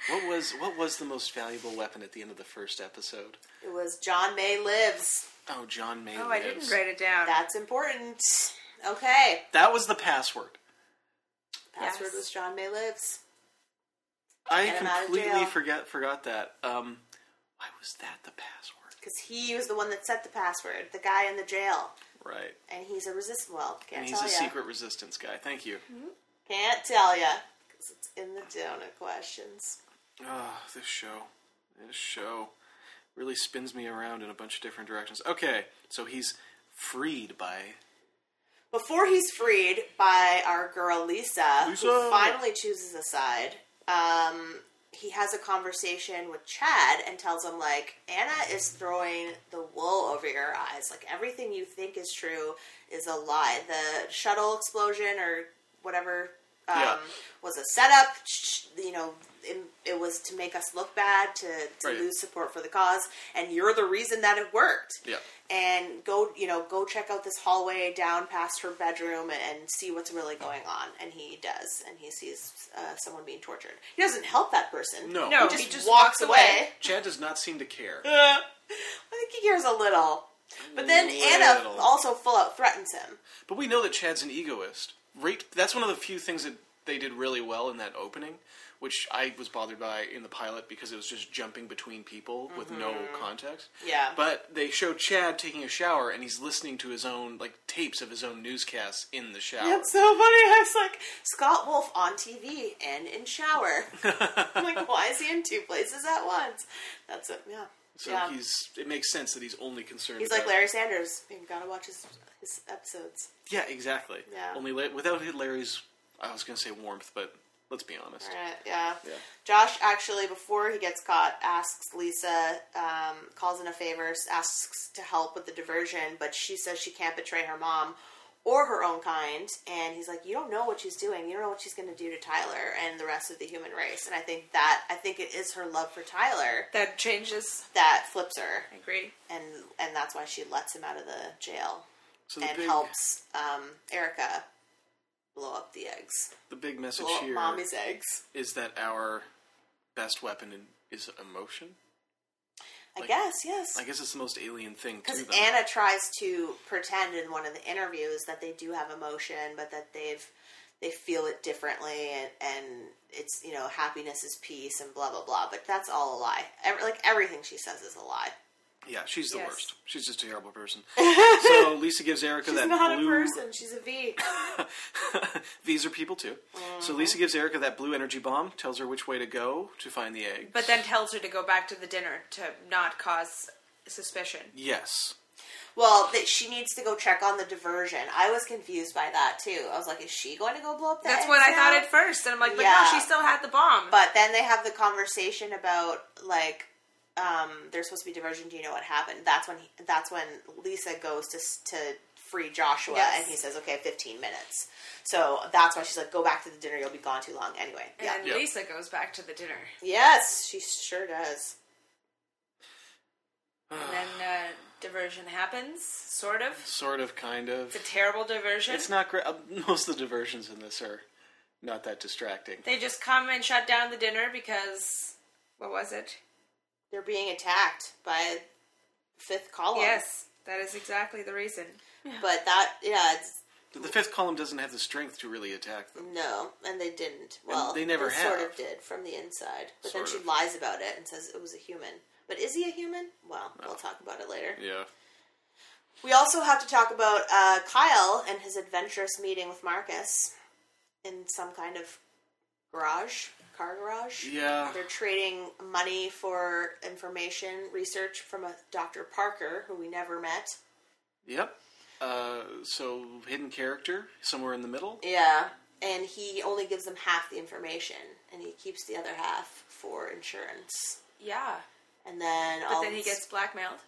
S1: What was what was the most valuable weapon at the end of the first episode?
S3: it was John May Lives.
S1: Oh, John May.
S2: Oh, I
S1: lives.
S2: didn't write it down.
S3: That's important. Okay.
S1: That was the password.
S3: Password
S2: Yes.
S3: was John May Lives.
S1: I
S3: Get him out of
S1: completely
S3: jail.
S1: forget forgot that. Um, why was that the password?
S3: Because he was the one that set the password, the guy in the jail.
S1: Right.
S3: And he's a resist. Well, can't
S1: and he's
S3: tell
S1: a
S3: ya.
S1: secret resistance guy. Thank you.
S3: Can't tell ya. Because it's in the donut questions.
S1: Ah, this show. This show really spins me around in a bunch of different directions. Okay, so he's freed by.
S3: Before he's freed by our girl Lisa,
S1: Lisa!
S3: who finally chooses a side, um, he has a conversation with Chad and tells him, like, Anna is throwing the wool over your eyes. Like, everything you think is true is a lie. The shuttle explosion or whatever um,
S1: Yeah.
S3: was a setup. sh- You know, it, it was to make us look bad, to, to
S1: Right.
S3: lose support for the cause, and you're the reason that it worked.
S1: Yeah.
S3: And go, you know, go check out this hallway down past her bedroom and, and see what's really going on. And he does, and he sees uh, someone being tortured. He doesn't help that person.
S1: No.
S2: No,
S3: he just, walks, away.
S1: Chad does not seem to care.
S3: I think he cares a little. But then Anna
S1: Little.
S3: also full out threatens him.
S1: But we know that Chad's an egoist. Right? That's one of the few things that they did really well in that opening, which I was bothered by in the pilot because it was just jumping between people with no context.
S3: Mm-hmm. Yeah.
S1: But they show Chad taking a shower and he's listening to his own like tapes of his own newscasts in the shower.
S3: That's so funny. I was like, Scott Wolf on TV and in shower. I'm like, why is he in two places at once? That's it. Yeah.
S1: So
S3: yeah. He's,
S1: he's it makes sense that he's only concerned.
S3: like
S1: about-
S3: Larry Sanders. You gotta watch his, his episodes.
S1: Yeah, exactly.
S3: Yeah.
S1: Only La- without Larry's, I was going to say warmth, but let's be honest.
S3: All right. Yeah.
S1: Yeah.
S3: Josh actually, before he gets caught, asks Lisa, um, calls in a favor, asks to help with the diversion, but she says she can't betray her mom or her own kind. And he's like, "You don't know what she's doing. You don't know what she's going to do to Tyler and the rest of the human race." And I think that I think it is her love for Tyler
S2: That changes.
S3: that flips her,
S2: I agree.
S3: and and that's why she lets him out of the jail
S1: So the
S3: and
S1: big,
S3: helps um, Erica blow up the eggs,
S1: the big message
S3: blow up
S1: here is
S3: mommy's eggs.
S1: that our best weapon in, is emotion.
S3: I guess, yes.
S1: I guess it's the most alien thing too.
S3: Because
S1: though.
S3: Anna tries to pretend in one of the interviews that they do have emotion, but that they've they feel it differently, and, and it's you know happiness is peace and blah blah blah. But that's all a lie. Ev like everything she says is a lie.
S1: yeah, she's the
S3: Yes.
S1: worst. She's just a terrible person. so Lisa gives Erica
S3: She's
S1: that
S3: not
S1: blue.
S3: a person. She's a V.
S1: These are people too. So
S3: Uh-huh.
S1: Lisa gives Erica that blue energy bomb, tells her which way to go to find the egg.
S2: But then tells her to go back to the dinner to not cause suspicion.
S1: Yes.
S3: well, that she needs to go check on the diversion. I was confused by that too. I was like, is she going to go blow up? The
S2: That's
S3: eggs
S2: what I
S3: now?
S2: thought at first, and I'm like, but
S3: Yeah.
S2: no, she still had the bomb.
S3: But then they have the conversation about like um, they're supposed to be diversion. Do you know what happened? That's when he, that's when Lisa goes to s- to free Joshua,
S2: Yes.
S3: and he says, "Okay, fifteen minutes." So that's why she's like, "Go back to the dinner. You'll be gone too long anyway."
S2: and
S3: Yeah.
S2: then Lisa goes back to the dinner,
S3: Yes, she sure does.
S2: and then uh, diversion happens, sort of.
S1: Sort of, kind of.
S2: It's a terrible diversion.
S1: It's not great. Uh, Most of the diversions in this are not that distracting.
S2: They just come and shut down the dinner because what was it?
S3: They're being attacked by fifth column.
S2: Yes, that is exactly the reason.
S3: but that yeah, it's,
S1: The fifth column doesn't have the strength to really attack them.
S3: no, and they didn't. Well,
S1: they never
S3: they sort
S1: have.
S3: of did from the inside, but then
S1: Sort
S3: she
S1: of.
S3: lies about it and says it was a human. But is he a human? Well, we'll talk about it later.
S1: Yeah.
S3: We also have to talk about uh, Kyle and his adventurous meeting with Marcus in some kind of garage, car garage.
S1: Yeah.
S3: They're trading money for information research from a Dr. Parker, who we never met.
S1: Yep. Uh, so hidden character somewhere in the middle.
S3: Yeah. And he only gives them half the information, and he keeps the other half for insurance.
S2: Yeah,
S3: And then,
S2: but
S3: all
S2: then he gets blackmailed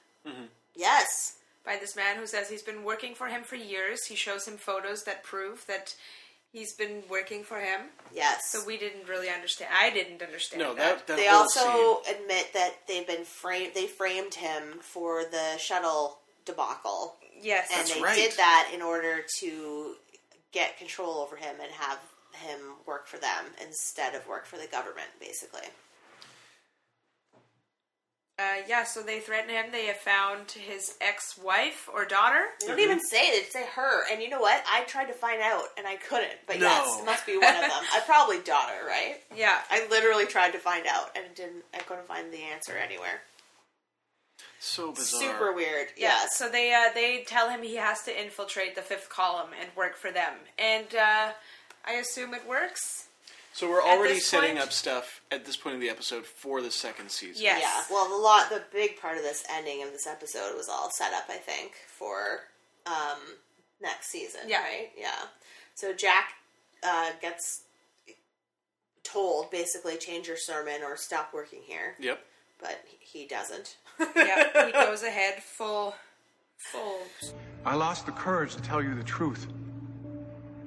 S3: yes,
S2: by this man who says he's been working for him for years. He shows him photos that prove that he's been working for him.
S3: yes.
S2: So we didn't really understand. I didn't understand.
S1: No,
S2: that.
S1: that that
S3: they
S1: whole
S3: also admit that they've been framed. They framed him for the shuttle debacle,
S2: Yes,
S3: and
S2: That's
S3: they
S1: right.
S3: did that in order to get control over him and have him work for them instead of work for the government, basically.
S2: Uh, yeah, so they threaten him. They have found his ex-wife or daughter.
S3: They
S1: Mm-hmm.
S3: don't even say it; they say her. And you know what? I tried to find out, and I couldn't. But
S1: No.
S3: yes, it must be one of them. I probably daughter, right?
S2: Yeah,
S3: I literally tried to find out, and didn't. I couldn't find the answer anywhere.
S1: scene. so bizarre.
S3: Super weird.
S2: yeah.
S3: Yes.
S2: So they uh, they tell him he has to infiltrate the fifth column and work for them. And uh, I assume it works.
S1: So we're already
S2: this
S1: setting
S2: point-
S1: up stuff at this point in the episode for the second season.
S2: Yes.
S3: Yeah. Well, the lot, the big part of this ending of this episode was all set up, I think, for um, next season.
S2: Yeah.
S3: Right. Yeah. So Jack uh, gets told basically change your sermon or stop working here,
S1: Yep.
S3: but he doesn't.
S2: yeah. He goes ahead full, full.
S7: I lost the courage to tell you the truth.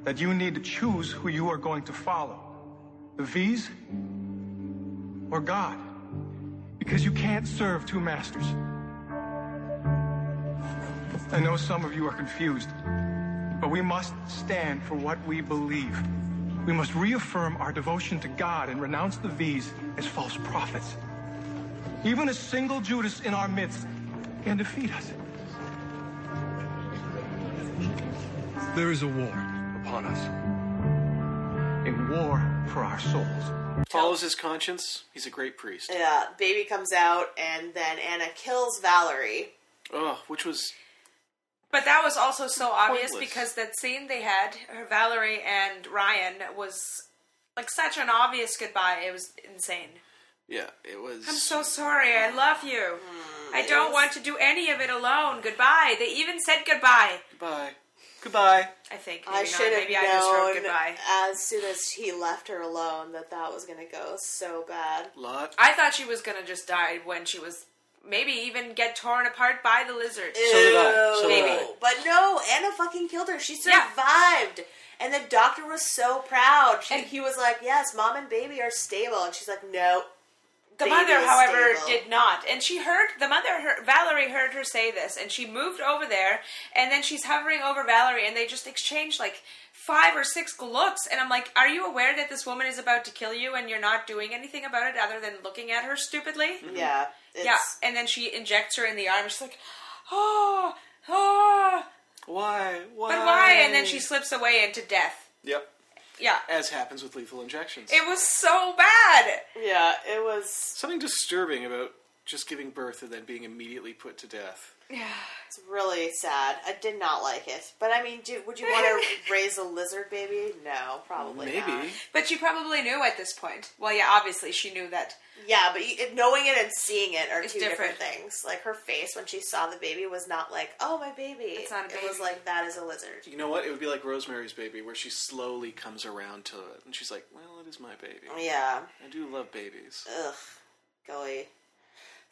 S7: That you need to choose who you are going to follow the V's or God. Because you can't serve two masters. I know some of you are confused, but we must stand for what we believe. We must reaffirm our devotion to God and renounce the V's as false prophets. Even a single Judas in our midst can defeat us. There is a war upon us. A war for our souls.
S1: Follows his conscience. He's a great priest.
S3: Yeah. Baby comes out, and then Anna kills Valerie.
S1: Oh, which was
S2: But that was also so obvious
S1: Pointless.
S2: because that scene they had, her Valerie and Ryan, was like such an obvious goodbye. It was insane.
S1: yeah, it was
S2: I'm so sorry. I love you.
S3: Mm,
S2: I don't want to do any of it alone. Goodbye. They even said goodbye.
S1: goodbye. Goodbye.
S2: I think. Maybe
S3: I
S2: not.
S3: should have
S2: Maybe I just wrote
S3: known
S2: goodbye.
S3: as soon as he left her alone that that was going to go so bad.
S1: Lot.
S2: I thought she was gonna just die when she was maybe even get torn apart by the lizard.
S1: So did I. So did
S2: Maybe.
S1: I.
S3: But no, Anna fucking killed her. She
S2: Yeah.
S3: survived. And the doctor was so proud. She,
S2: And-
S3: he was like, Yes, mom and baby are stable. And she's like, No,
S2: The
S3: baby
S2: mother,
S3: is
S2: however,
S3: stable.
S2: did not, and she heard the mother. Her, Valerie heard her say this, and she moved over there, and then she's hovering over Valerie, and they just exchange like five or six looks, and I'm like, "Are you aware that this woman is about to kill you, and you're not doing anything about it other than looking at her stupidly?"
S3: Yeah,
S2: yeah. And then she injects her in the arm. She's like, "Oh, oh,
S1: Why? Why?
S2: but why?" And then she slips away into death.
S1: Yep.
S2: Yeah.
S1: As happens with lethal injections.
S2: It was so bad.
S3: Yeah, it was.
S1: Something disturbing about just giving birth and then being immediately put to death.
S2: Yeah.
S3: It's really sad. I did not like it. But I mean, do, would you want to raise a lizard baby? No, probably not.
S2: But she probably knew at this point. Well, yeah, obviously she knew that.
S3: Yeah, but you, it- knowing it and seeing it are
S2: It's
S3: two different.
S2: different.
S3: things. Like her face when she saw the baby was not like, "Oh, my baby." It's
S2: not a
S3: It was
S2: baby.
S3: like that is a lizard.
S1: You know what? It would be like Rosemary's Baby, where she slowly comes around to it, and she's like, "Well, it is my baby."
S3: Yeah.
S1: I do love babies.
S3: Ugh, golly.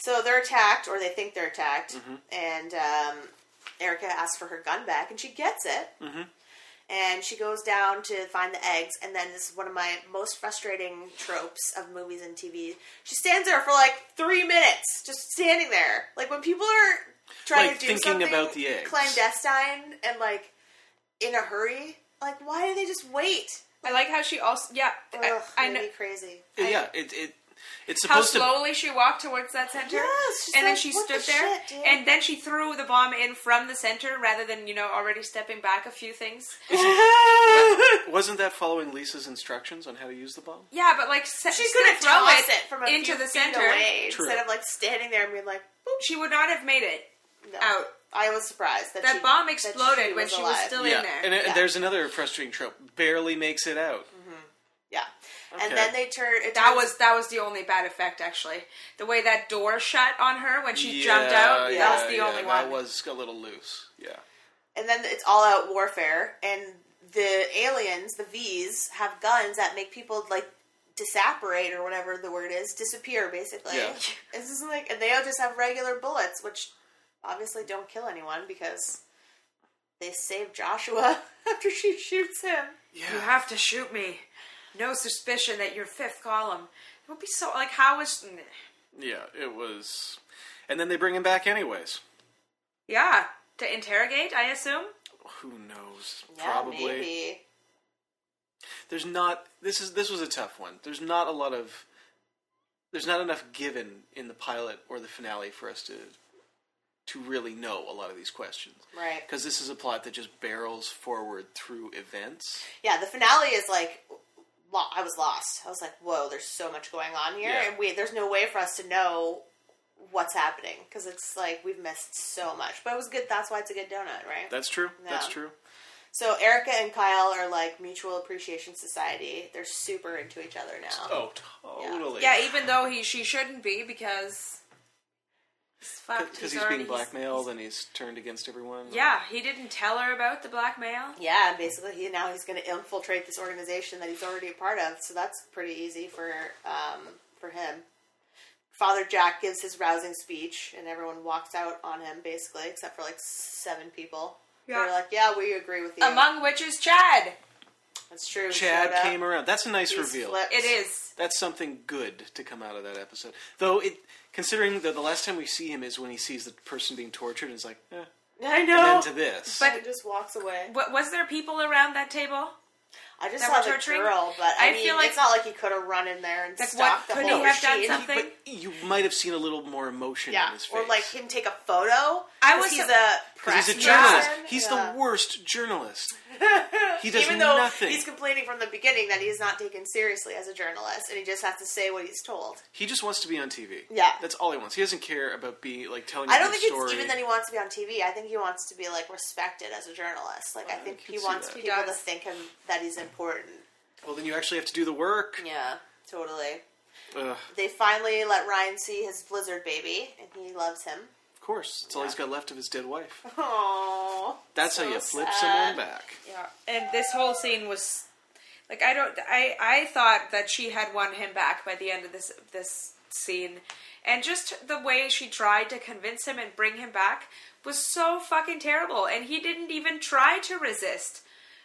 S3: So they're attacked, or they think they're attacked,
S1: Mhm.
S3: and um, Erica asks for her gun back, and she gets it.
S1: Mm-hmm.
S3: and she goes down to find the eggs and then this is one of my most frustrating tropes of movies and tv she stands there for like three minutes just standing there like when people are trying
S1: Like,
S3: to do
S1: thinking
S3: something
S1: about the eggs.
S3: clandestine and like in a hurry like why do they just wait
S2: I like how she also yeah
S3: Ugh,
S2: I, I
S3: made
S2: know
S3: me crazy
S1: yeah, it it it's
S2: how
S1: supposed to.
S2: slowly she walked towards that center.
S3: Yes, she's
S2: and then
S3: like,
S2: she
S3: "What
S2: stood
S3: the
S2: there,
S3: shit, dude?"
S2: and then she threw the bomb in from the center rather than you know already stepping back a few things.
S1: Wasn't that following Lisa's instructions on how to use the bomb?
S2: Yeah, but like se-
S3: she
S2: still
S3: could have
S2: throw
S3: tossed it from a
S2: into
S3: few
S2: the
S3: feet
S2: center.
S3: away
S1: True.
S3: instead of like standing there and being like
S2: She would not have made it
S3: no.
S2: out.
S3: i was surprised that,
S2: That
S3: she-
S2: bomb
S3: that
S2: exploded when she was
S3: alive.
S2: still in
S1: yeah,
S2: there.
S1: and it-
S3: Yeah.
S1: there's another frustrating trope: barely makes it out.
S3: yeah
S1: Okay.
S3: and then they turn it
S2: That
S3: turns-
S2: was that was the only bad effect actually. The way that door shut on her when she
S1: Yeah,
S2: jumped out,
S1: yeah,
S2: that was the
S1: yeah,
S2: only
S1: That
S2: one.
S1: was a little loose. Yeah.
S3: and then it's all out warfare and the aliens the v's have guns that make people like disapparate or whatever the word is disappear basically
S1: Yeah.
S3: this is like and they all just have regular bullets which obviously don't kill anyone because they save joshua after she shoots him
S2: You have to shoot me. No suspicion that you're fifth column. It would be so like how is
S1: Yeah, it was. And then they bring him back anyways.
S2: yeah to interrogate? I assume.
S1: Who knows?
S3: yeah
S1: Probably.
S3: maybe
S1: There's not. This is this was a tough one. There's not a lot of. There's not enough given in the pilot or the finale for us to to really know a lot of these questions
S3: right
S1: because this is a plot that just barrels forward through events.
S3: yeah the finale is like lo- i was lost i was like whoa there's so much going on here
S1: Yeah.
S3: and we there's no way for us to know what's happening because it's like we've missed so much but it was good that's why it's a good donut right
S1: That's true. That's
S3: Yeah.
S1: true.
S3: so erica and kyle are like mutual appreciation society they're super into each other now
S1: Oh, totally.
S2: Yeah, even though he she shouldn't be because he's fucked.
S1: Because he's
S2: already-
S1: being blackmailed and he's turned against everyone.
S2: Yeah, he didn't tell her about the blackmail.
S3: yeah and basically he now he's going to infiltrate this organization that he's already a part of so that's pretty easy for um for him father jack gives his rousing speech and everyone walks out on him basically except for like seven people
S2: Yeah.
S3: they're like yeah we agree with you
S2: Among which is Chad.
S3: That's true.
S1: Chad
S3: Showed up.
S1: came around. That's a nice
S3: He's
S1: reveal.
S3: flipped.
S2: It is.
S1: That's something good to come out of that episode. Though it, considering that the last time we see him is when he sees the person being tortured and is like, eh.
S3: I know.
S1: and then to this.
S2: But-
S3: He just walks away.
S2: What was there people around that table?
S3: I just
S2: That
S3: saw
S2: were
S3: the
S2: torturing?
S3: girl, but I,
S2: I
S3: mean,
S2: feel like-
S3: it's not like he could have run in there and
S2: Like,
S3: stopped the
S2: what- could
S3: whole
S2: he have done
S3: machine.
S2: something?
S1: but you might have seen a little more emotion
S3: Yeah,
S1: in his face.
S3: or like him take a photo.
S2: I
S3: 'cause
S2: was
S3: he's
S2: so-
S3: a
S1: 'Cause
S3: press
S1: he's a journalist.
S3: person.
S1: He's
S3: Yeah.
S1: the worst journalist. He does
S3: Even though
S1: nothing.
S3: he's complaining from the beginning that he's not taken seriously as a journalist, and he just has to say what he's told.
S1: He just wants to be on TV.
S3: Yeah.
S1: that's all he wants. He doesn't care about being like telling.
S3: I
S1: a
S3: don't
S1: good
S3: think
S1: story.
S3: it's even that he wants to be on TV. I think he wants to be like respected as a journalist. Like I
S1: I
S3: think
S1: can
S3: he
S1: see
S3: wants
S1: that. He
S3: people to
S2: does.
S3: think him that he's important.
S1: Well, then you actually have to do the work.
S3: Yeah, totally.
S1: Ugh,
S3: They finally let Ryan see his blizzard baby, and he loves him.
S1: of course, it's all he's got left of his dead wife.
S3: Aww.
S1: That's how
S3: So
S1: you flip
S3: sad.
S1: someone back.
S3: Yeah.
S2: And this whole scene was like I don't I I thought that she had won him back by the end of this this scene. And just the way she tried to convince him and bring him back was so fucking terrible and he didn't even try to resist.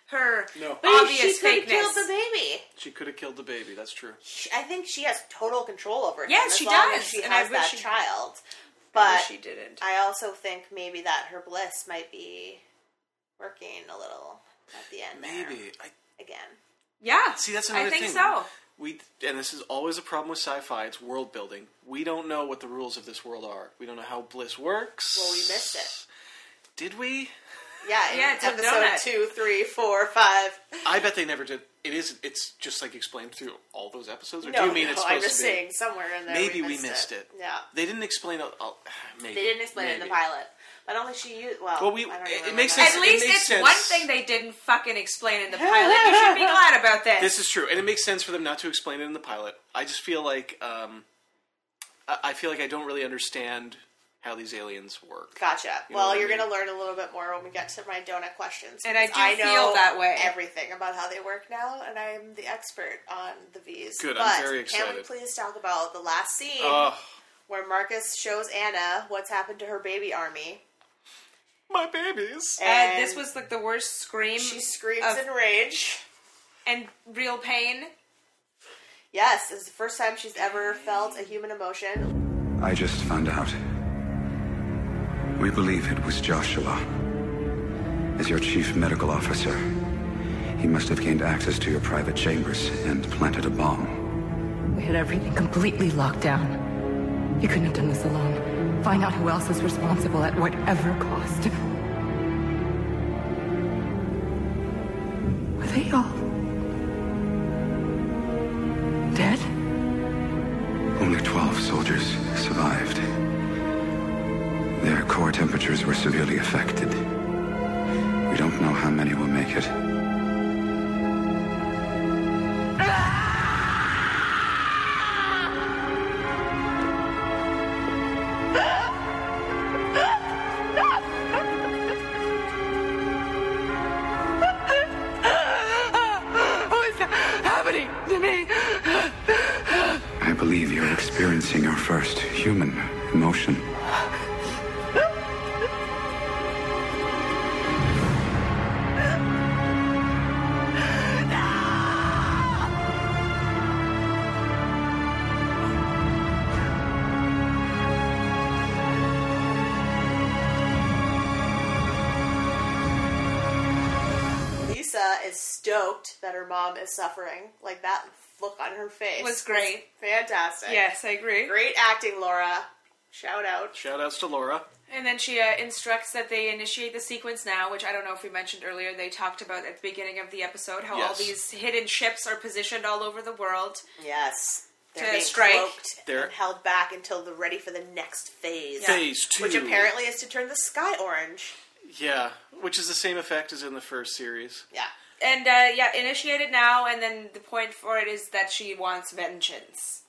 S2: her
S1: No.
S3: But
S2: obvious
S3: she could
S2: fakeness.
S3: have killed the baby.
S1: She could have killed the baby. That's true.
S3: She- I think she has total control over him.
S2: Yes,
S3: as
S2: she
S3: long as
S2: does,
S3: she
S2: and I
S3: has
S2: wish
S3: that
S2: she-
S3: child. But
S2: she didn't.
S3: I also think maybe that her bliss might be working a little at the end. there
S1: Maybe. I
S3: again.
S2: Yeah.
S1: see. That's
S2: I
S1: another
S2: think
S1: thing.
S2: so.
S1: We and this is always a problem with sci-fi. It's world building. We don't know what the rules of this world are. We don't know how bliss works.
S3: Well, we missed it.
S1: Did we?
S3: Yeah, in
S2: Yeah, it's a
S3: episode
S2: donut.
S3: two, three, four, five.
S1: I bet they never did. It is. It's just like explained through all those episodes. Or
S3: No,
S1: do you mean
S3: no,
S1: it's
S3: I'm
S1: supposed
S3: just
S1: to be?
S3: saying somewhere in there.
S1: maybe
S3: we
S1: we
S3: missed, it. Yeah,
S1: They didn't explain. A, a, maybe
S3: they didn't explain it in the
S1: maybe.
S3: pilot. I don't think she used. Well,
S1: Well, we-
S3: I don't
S1: it-
S3: even
S1: it makes
S3: remember.
S1: sense-
S2: At
S1: it
S2: least
S1: makes
S2: it's
S1: sense.
S2: one thing they didn't fucking explain in the pilot. You should be glad about this.
S1: This is true, and it makes sense for them not to explain it in the pilot. I just feel like um, I I feel like I don't really understand how these aliens work.
S3: Gotcha.
S1: You know
S3: well,
S1: what I
S3: you're
S1: mean?
S3: going to learn a little bit more when we get to my donut questions.
S2: And I
S3: because
S2: do feel that way.
S3: Everything about how they work now, and I'm the expert on the V's.
S1: Good,
S3: But
S1: I'm very
S3: Can we
S1: excited. Oh,
S3: please talk about the last scene
S1: Ugh.
S3: where Marcus shows Anna what's happened to her baby army?
S1: my babies.
S2: and this was like the worst scream
S3: She screams
S2: Mm, of-
S3: in rage.
S2: and real pain.
S3: Yes, it's the first time she's ever felt a human emotion.
S6: I just found out. We believe it was Joshua. As your chief medical officer, he must have gained access to your private chambers and planted a bomb.
S4: We had everything completely locked down. You couldn't have done this alone. Find out who else is responsible at whatever cost. Were they all dead?
S6: Only 12 soldiers survived. Their core temperatures were severely affected. We don't know how many will make it.
S4: What is happening to me?
S6: I believe you're experiencing your first human emotion.
S3: Lisa is stoked that her mom is suffering. Like that look on her face
S2: Was great.
S3: fantastic.
S2: Yes, I agree.
S3: Great acting, Laura. Shout out.
S1: Shout outs to Laura.
S2: And then she uh, instructs that they initiate the sequence now, which I don't know if we mentioned earlier. They talked about at the beginning of the episode how all
S1: Yes.
S2: these hidden ships are positioned all over the world.
S3: Yes. They're
S2: To
S3: being
S2: strike.
S3: cloaked
S1: They're-
S3: and held back until they're ready for the next phase.
S1: Phase two.
S3: Which apparently is to turn the sky orange.
S1: Yeah, which is the same effect as in the first series.
S3: Yeah.
S2: And uh, yeah, initiate it now. And then the point for it is that she wants vengeance.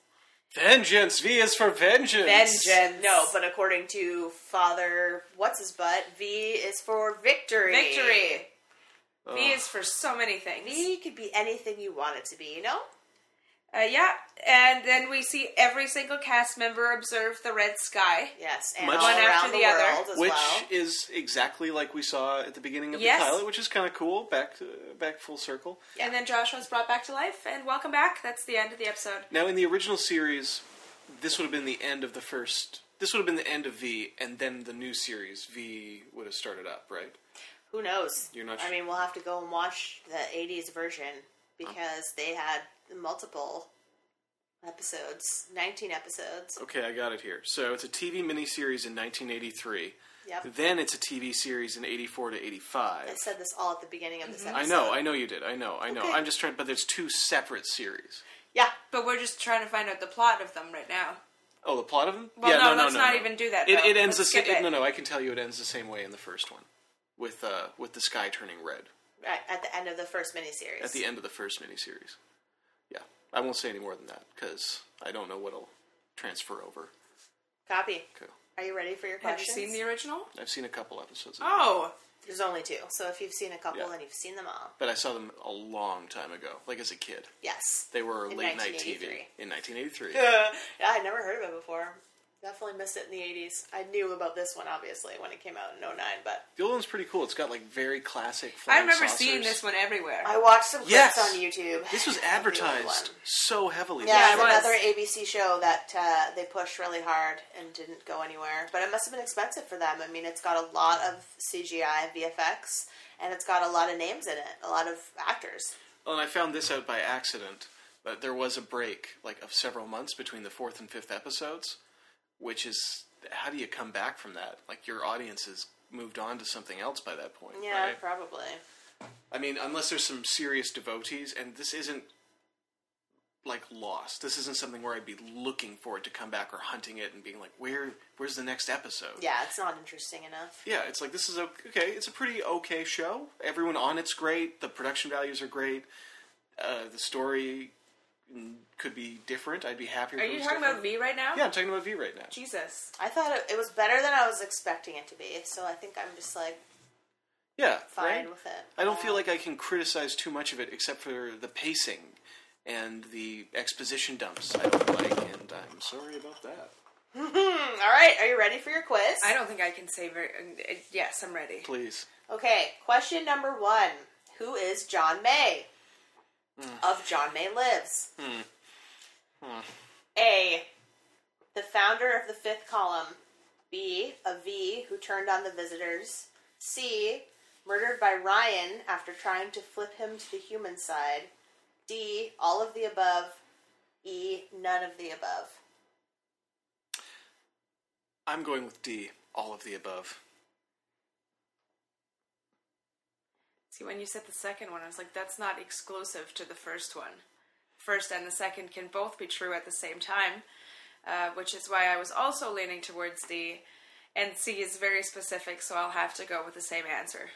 S1: Vengeance. V is for vengeance.
S2: Vengeance.
S3: No, but according to Father What's His Butt, V is for victory.
S2: victory.
S1: Ugh.
S2: V is for so many things.
S3: V could be anything you want it to be, you know?
S2: Uh, yeah, and then we see every single cast member observe the red sky.
S3: Yes. And
S1: Much-
S3: all
S1: One
S3: around
S2: after
S3: the,
S2: the other.
S3: world as
S1: which
S3: well.
S1: is exactly like we saw at the beginning of
S2: Yes.
S1: the pilot, which is kind of cool. Back uh, back full circle.
S2: And then Joshua's brought back to life, and welcome back. That's the end of the episode.
S1: Now, in the original series, this would have been the end of the first. This would have been the end of V, and then the new series V would have started up, right?
S3: Who knows?
S1: You're not
S3: I
S1: sure.
S3: mean, we'll have to go and watch the 80s version because they had multiple episodes, 19 episodes.
S1: Okay, I got it here. So it's a TV miniseries in 1983.
S3: Yep.
S1: Then it's a TV series in 84 to 85.
S3: I said this all at the beginning of
S2: Mm-hmm.
S3: this episode.
S1: I know, I know you did. I know, I know.
S3: Okay.
S1: I'm just trying, but there's two separate series.
S3: Yeah.
S2: But we're just trying to find out the plot of them right now.
S1: Oh, the plot of them?
S2: Well, no, let's not even do that,
S1: It,
S2: though.
S1: it ends
S2: Let's
S1: the
S2: skip
S1: same.
S2: it.
S1: No, no, I can tell you, it ends the same way in the first one, with uh, with the sky turning red
S3: At, at the end of the first miniseries.
S1: at the end of the first miniseries. Yeah, I won't say any more than that because I don't know what'll transfer over.
S3: Copy.
S1: Cool.
S3: Are you ready for your
S2: Have you
S3: questions?
S2: seen the original?
S1: I've seen a couple episodes, of it,
S2: Oh,
S3: There's only two, so if you've seen a couple,
S1: Yeah.
S3: then you've seen them all.
S1: but I saw them a long time ago, like as a kid.
S3: Yes.
S1: They were
S3: In
S1: late night TV
S3: 1983.
S1: in 1983.
S3: yeah, I'd never heard of it before. Definitely missed it in the 80s. I knew about this one, obviously, when it came out in 09, but
S1: The old one's pretty cool. It's got like very classic.
S2: I remember
S1: flying
S2: seeing
S1: saucers.
S2: this one everywhere.
S3: I watched some clips
S1: Yes.
S3: on YouTube.
S1: This was
S3: of the old
S1: advertised
S3: one.
S1: so heavily.
S3: Yeah,
S2: it
S3: it's
S2: was.
S3: another ABC show that uh, they pushed really hard and didn't go anywhere. But it must have been expensive for them. I mean, it's got a lot of CGI VFX, and it's got a lot of names in it, a lot of actors.
S1: Well, and I found this out by accident. But there was a break, like of several months between the fourth and fifth episodes, which is how do you come back from that? Like your audience has moved on to something else by that point.
S3: Yeah,
S1: right?
S3: probably.
S1: I mean, unless there's some serious devotees, and this isn't like lost. This isn't something where I'd be looking for it to come back or hunting it and being like, where, where's the next episode?
S3: Yeah, it's not interesting enough.
S1: Yeah, it's like this is ok- okay. It's a pretty okay show. Everyone on it's great. The production values are great. Uh, the story mm, could be different. I'd be happier.
S2: Are
S1: if it
S2: you
S1: was
S2: talking
S1: different.
S2: about V right now?
S1: Yeah, I'm talking about V right now.
S2: Jesus.
S3: I thought it, it was better than I was expecting it to be, so I think I'm just like
S1: Yeah,
S3: fine
S1: right?
S3: with it.
S1: I don't feel like I can criticize too much of it, except for the pacing and the exposition dumps. I don't like, and I'm sorry about that.
S3: Mm-hmm. All right, are you ready for your quiz?
S2: I don't think I can say very. uh, uh, yes, I'm ready.
S1: Please.
S3: Okay, question number one. Who is John May? Of John May Lives. A. The founder of the fifth column. B. A V who turned on the visitors. C. Murdered by Ryan after trying to flip him to the human side. D. All of the above. E. None of the above.
S1: I'm going with D. All of the above.
S2: See, when you said the second one, I was like, that's not exclusive to the first one. First and the second can both be true at the same time, uh, which is why I was also leaning towards D. And C is very specific, so I'll have to go with the same answer.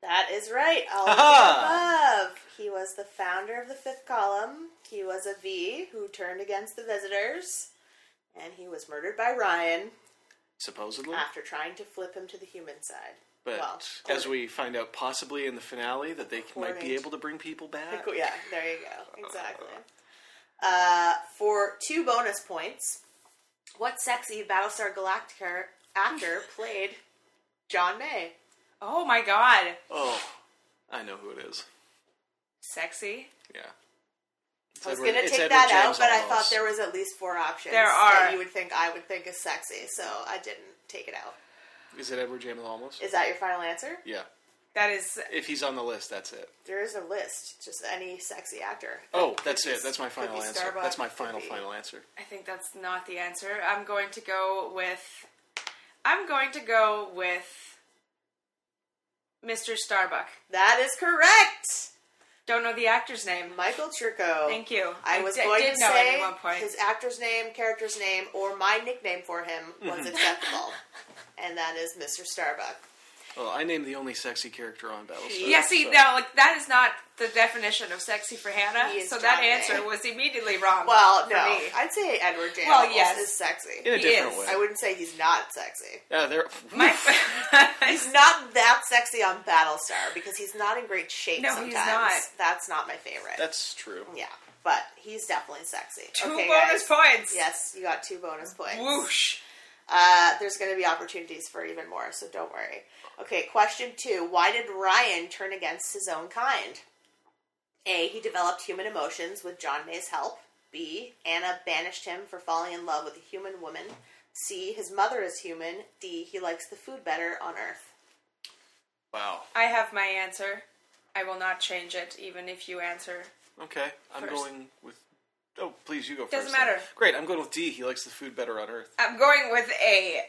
S3: That is right. All of the above. He was the founder of the fifth column. He was a V who turned against the visitors. And he was murdered by Ryan
S1: Supposedly.
S3: after trying to flip him to the human side.
S1: Hmm. But
S3: Ah, well,
S1: as we find out possibly in the finale that they c- might be
S3: According-
S1: able to bring people back.
S3: yeah, there you go. Exactly. Uh, for two bonus points, what sexy Battlestar Galactica actor played John May?
S2: Oh my god!
S1: Oh, I know who it is.
S2: Sexy.
S1: Yeah. It's
S3: I was
S1: Edward-
S3: going to
S1: it's
S3: take
S1: Edward
S3: that out,
S1: James
S3: but I
S1: Olmos.
S3: thought there was at least four options
S2: There
S3: that
S2: are.
S3: you would think I would think is sexy, so I didn't take it out.
S1: Is it Edward James Olmos?
S3: Is that your final answer?
S1: yeah.
S2: That is.
S1: If he's on the list, that's it.
S3: There is a list, just any sexy actor.
S1: Oh, that's
S3: be-
S1: it. That's my
S3: could
S1: final
S3: be
S1: answer.
S3: Starbuck,
S1: that's my
S3: could
S1: final
S3: be-
S1: final answer.
S2: I think that's not the answer. I'm going to go with. I'm going to go with. Mr. Starbuck.
S3: That is correct.
S2: Don't know the actor's name.
S3: Michael Turco.
S2: Thank you.
S3: I,
S2: I
S3: was
S2: di-
S3: going
S2: did
S3: to
S2: know it
S3: say
S2: at one point.
S3: his actor's name, character's name, or my nickname for him was
S1: Mm-hmm.
S3: acceptable, and that is Mr. Starbuck.
S1: Well, Oh, I named the only sexy character on Battlestar.
S2: Yeah, see,
S1: so-
S2: now, like, that is not the definition of sexy for Hannah,
S3: He is
S2: so that
S3: John
S2: answer
S3: Day.
S2: was immediately wrong.
S3: Well,
S2: for
S3: no,
S2: me.
S3: I'd say Edward James
S2: Well, yes.
S3: is sexy.
S1: in a
S2: he
S1: different
S2: is.
S1: way.
S3: I wouldn't say he's not sexy.
S1: yeah, there.
S2: My f-
S3: He's not that sexy on Battlestar because he's not in great shape.
S2: No, he's
S3: sometimes.
S2: not.
S3: That's not my favorite.
S1: That's true.
S3: yeah, but he's definitely sexy.
S2: two
S3: Okay,
S2: bonus
S3: guys.
S2: points.
S3: Yes, you got two bonus points.
S2: Whoosh.
S3: Uh, there's going to be opportunities for even more, so don't worry. Okay, question two. Why did Ryan turn against his own kind? A. He developed human emotions with John May's help. B. Anna banished him for falling in love with a human woman. C. His mother is human. D. He likes the food better on Earth.
S1: Wow.
S2: I have my answer. I will not change it, even if you answer.
S1: Okay, I'm
S2: First.
S1: going with. Oh, please, you go
S2: Doesn't
S1: first.
S2: matter.
S1: Great, I'm going with D. He likes the food better on Earth.
S2: I'm going with A.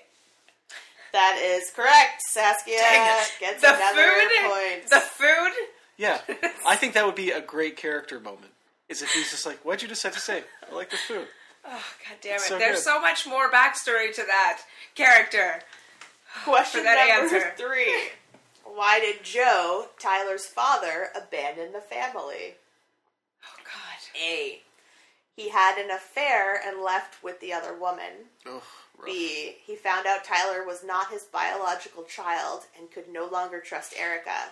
S3: That is correct. Saskia
S2: Dang it.
S3: gets
S2: Uh, the
S3: another
S2: food.
S3: point.
S2: The food.
S1: Yeah, I think that would be a great character moment. Is if he's just like, "What'd you decide to say? I like the food."
S2: Oh, God damn it.
S1: so
S2: There's
S1: good.
S2: so much more backstory to that character.
S3: Question
S2: for that
S3: number
S2: answer.
S3: three. Why did Joe, Tyler's father, abandon the family?
S2: Oh, God.
S3: A. He had an affair and left with the other woman.
S1: Ugh, rough.
S3: B. He found out Tyler was not his biological child and could no longer trust Erica.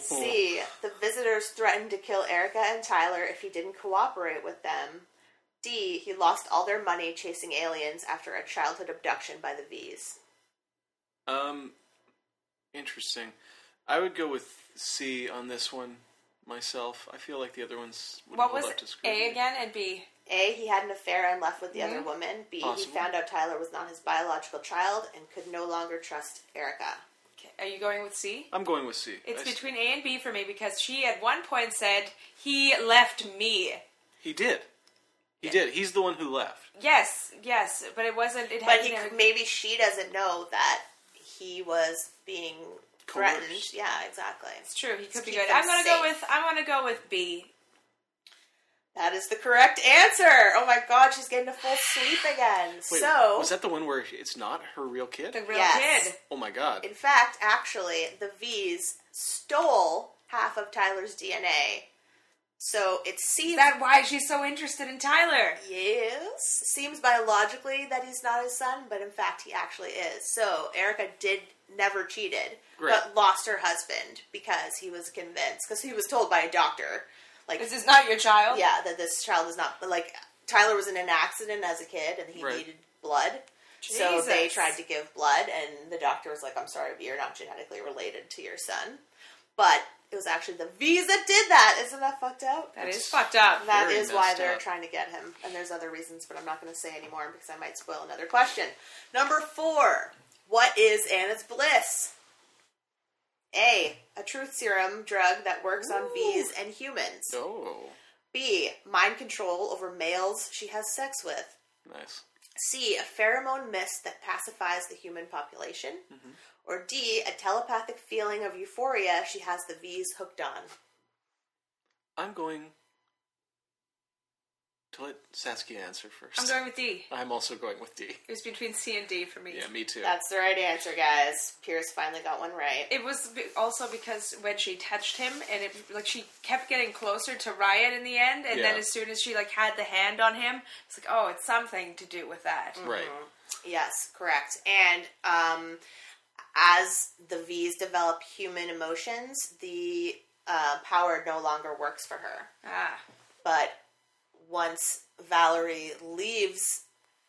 S3: C. The visitors threatened to kill Erica and Tyler if he didn't cooperate with them. D. D, he lost all their money chasing aliens after a childhood abduction by the V's.
S1: Um, interesting. I would go with C on this one myself. I feel like the other ones would
S2: What
S1: hold
S2: was
S1: up to
S2: A
S1: scrutiny.
S2: again and B?
S3: A, he had an affair and left with the
S2: Mm-hmm.
S3: other woman. B,
S1: Possible.
S3: he found out Tyler was not his biological child and could no longer trust Erica.
S2: Are you going with C?
S1: I'm going with C.
S2: It's
S1: I s-
S2: between A and B for me because she at one point said he left me.
S1: He did. He did. He's the one who left.
S2: Yes, yes, but it wasn't. It
S3: But
S2: had
S3: he,
S2: never-
S3: maybe she doesn't know that he was being threatened.
S2: Coerced.
S3: Yeah, exactly. It's
S2: true. He could be
S3: keep
S2: good.
S3: them
S2: I'm gonna go
S3: safe.
S2: with. I'm gonna go with B.
S3: That is the correct answer. Oh my god, she's getting a full sweep again.
S1: Wait,
S3: so,
S1: was that the one where it's not her real kid? The
S2: real
S3: Yes. kid.
S1: Oh my god!
S3: in fact, actually, the V's stole half of Tyler's DNA. So it seems
S2: Is that why she's so interested in Tyler?
S3: Yes. Seems biologically that he's not his son, but in fact he actually is. So Erica did never cheated,
S2: Great.
S3: but lost her husband because he was convinced because he was told by a doctor, like
S2: This is not your child.
S3: Yeah, that this child is not. But like Tyler was in an accident as a kid, and he
S2: Right.
S3: needed blood. So they
S2: Jesus.
S3: tried to give blood, and the doctor was like, "I'm sorry, but you're not genetically related to your son." But it was actually the V's that did that. Isn't that fucked up?
S2: That is fucked up.
S3: That
S2: Very
S3: is why
S2: messed
S3: they're
S2: up.
S3: trying to get him. And there's other reasons, but I'm not going to say anymore because I might spoil another question. Number four. What is Anna's bliss? A. A truth serum drug that works on bees and humans.
S1: Oh,
S3: B. Mind control over males she has sex with.
S1: nice.
S3: C. A pheromone mist that pacifies the human population. Or D. A telepathic feeling of euphoria she has the V's hooked on.
S1: I'm going to let Saskia answer first.
S2: I'm going with D.
S1: I'm also going with D.
S2: It was between C and D for me.
S1: Yeah, me too.
S3: That's the right answer, guys. Pierce finally got one right.
S2: It was be- also because when she touched him, and it like she kept getting closer to Riot in the end, and then
S3: Yeah.
S2: as soon as she like had the hand on him, it's like oh, it's something to do with that,
S3: Mhm.
S2: Mm-hmm.
S3: Yes, correct. And um, as the V's develop human emotions, the uh, power no longer works for her.
S2: Ah.
S3: But once Valerie leaves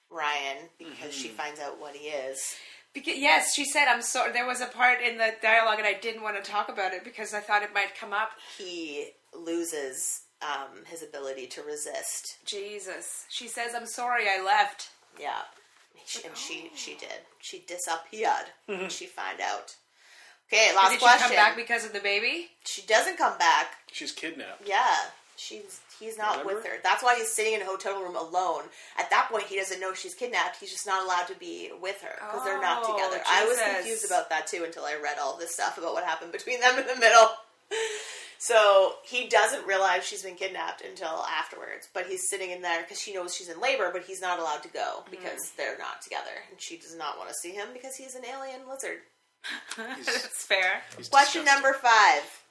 S3: Ryan because she
S2: Mhm.
S3: finds out what he is,
S2: Because, yes, she said I'm sorry. There was a part in the dialogue, and I didn't want to talk about it because I thought it might come up.
S3: he loses um, his ability to resist.
S2: Jesus, she says I'm sorry I left.
S3: Yeah, She- and she she did. She disappeared. when She find out. Okay, last
S2: Did
S3: question.
S2: she come back because of the baby?
S3: She doesn't come back.
S1: She's kidnapped.
S3: Yeah, she's he's not with
S2: Remember?
S3: her. That's why he's sitting in a hotel room alone. At that point, he doesn't know she's kidnapped. He's just not allowed to be with her because they're not
S2: Oh,
S3: together. I was
S2: Jesus.
S3: confused about that too until I read all this stuff about what happened between them in the middle. So he doesn't realize she's been kidnapped until afterwards, but he's sitting in there because she knows she's in labor, but he's not allowed to go because
S2: Hmm.
S3: they're not together, and she does not want to see him because he's an alien lizard.
S2: That's fair.
S3: Question number five: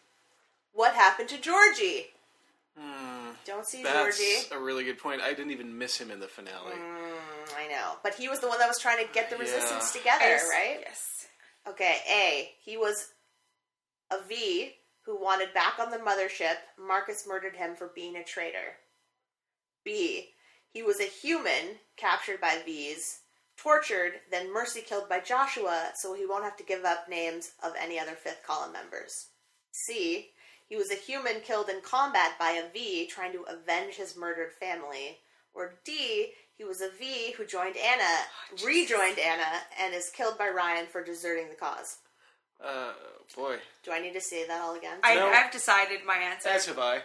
S3: What happened to Georgie?
S1: Hmm.
S3: Don't see
S1: That's
S3: Georgie.
S1: a really good point. I didn't even miss him in the finale.
S3: Mm, I know. But he was the one that was trying to get the
S1: Yeah.
S3: resistance together,
S2: Yes,
S3: right?
S2: Yes.
S3: Okay, A. He was a V who wanted back on the mothership. Marcus murdered him for being a traitor. B. He was a human captured by V's, tortured, then mercy killed by Joshua, so he won't have to give up names of any other fifth column members. C. He was a human killed in combat by a V trying to avenge his murdered family. Or D. He was a V who joined
S2: Oh,
S3: Anna, rejoined Anna, and is killed by Ryan for deserting the cause.
S1: Uh, boy.
S3: Do I need to say that all again?
S2: I, I've decided my answer.
S1: As have I.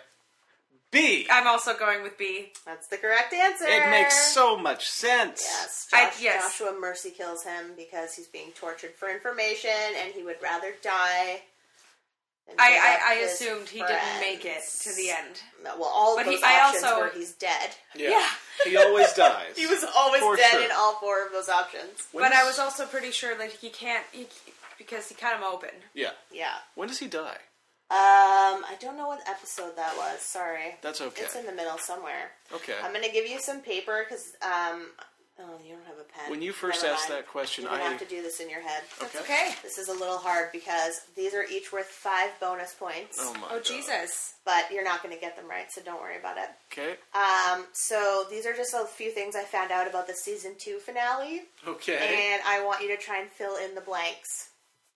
S1: B.
S2: I'm also going with B.
S3: That's the correct answer.
S1: It makes so much sense.
S3: Yes,
S2: I-
S3: Josh-
S2: yes.
S3: Joshua Mercy kills him because he's being tortured for information, and he would rather die. than give
S2: I,
S3: up
S2: I, I
S3: his
S2: assumed he
S3: friends.
S2: didn't make it to the end.
S3: No, well, all of
S2: But he-
S3: those
S2: I
S3: options
S2: also-
S3: where he's dead.
S1: Yeah. He always dies.
S3: He was always
S1: For
S3: dead
S1: sure.
S3: in all four of those options.
S1: When
S2: but I
S1: is-
S2: was also pretty sure that he can't, he, because he cut him open.
S1: Yeah.
S3: Yeah.
S1: When does he die?
S3: Um, I don't know what episode that was. Sorry.
S1: That's okay.
S3: It's in the middle somewhere.
S1: Okay.
S3: I'm gonna give you some paper because um, Oh, you don't have a pen.
S1: When you first
S3: Never
S1: asked
S3: mind.
S1: that question,
S3: you didn't
S1: I-
S3: have to do this in your head.
S1: That's Okay.
S2: okay.
S3: This is a little hard because these are each worth five bonus points.
S1: Oh my Oh, God.
S2: Jesus!
S3: But you're not going to get them right, so don't worry about it.
S1: Okay.
S3: Um, so these are just a few things I found out about the season two finale,
S1: Okay.
S3: and I want you to try and fill in the blanks.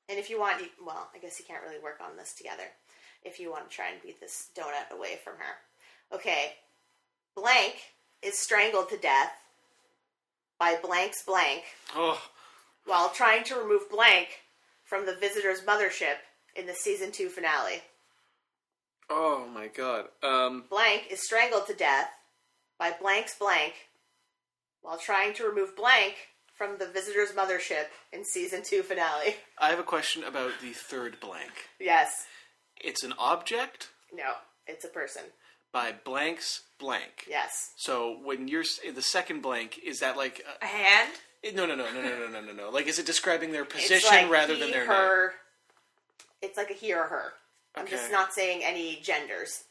S3: And if you want, you, well, I guess you can't really work on this together. If you want to try and beat this donut away from her, okay. Blank is strangled to death by blank's blank
S1: oh,
S3: while trying to remove blank from the visitor's mothership in the season two finale.
S1: oh my God. Um,
S3: Blank is strangled to death by blank's blank while trying to remove blank from the visitor's mothership in season two finale.
S1: I have a question about the third blank.
S3: Yes.
S1: It's an object
S3: No, it's a person.
S1: by blanks blank.
S3: Yes.
S1: So when you're s- the second blank, is that like
S2: A hand?
S1: a, no, no, no, no, no, no, no, no, no? Like, is it describing their
S3: It's
S1: position
S3: like
S1: rather
S3: he,
S1: than their name?
S3: her. It's like a he or her. I'm
S1: Okay.
S3: just not saying any genders.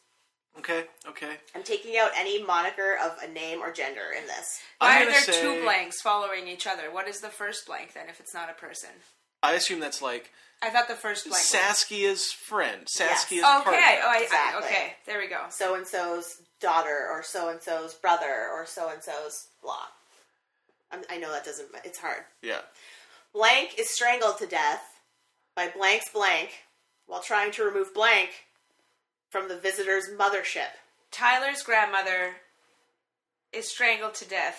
S1: Okay, okay.
S3: I'm taking out any moniker of a name or gender in this.
S1: I'm
S2: Why are
S1: gonna
S2: there
S1: say-
S2: two blanks following each other? What is the first blank then? If it's not a person,
S1: I assume that's like
S2: I thought the first blank.
S1: Saskia's friend, Saskia's
S2: okay.
S1: partner.
S2: Oh, I,
S3: Exactly.
S2: I, okay. There we go.
S3: So and so's daughter, or so and so's brother, or so and so's blah. I'm, I know that doesn't. It's hard.
S1: Yeah.
S3: Blank is strangled to death by blank's blank while trying to remove blank from the visitor's mothership.
S2: Tyler's grandmother is strangled to death.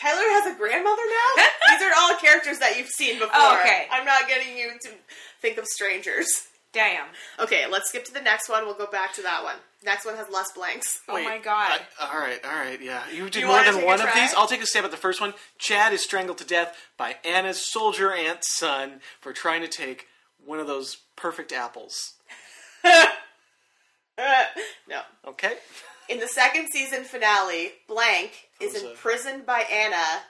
S3: Tyler has a grandmother now? These are all characters that you've seen before.
S2: Oh, okay.
S3: I'm not getting you to think of strangers.
S2: Damn.
S3: Okay, let's skip to the next one. We'll go back to that one. Next one has less blanks.
S2: Oh
S1: Wait,
S2: God.
S1: I- all right, all right, yeah. You did
S3: You
S1: more
S3: wanna
S1: than
S3: take a
S1: one of
S3: try?
S1: these. I'll take a stab at the first one. Chad is strangled to death by Anna's soldier aunt's son for trying to take one of those perfect apples.
S3: no.
S1: Okay.
S3: In the second season finale, Blank is
S1: Who's that?
S3: imprisoned by Anna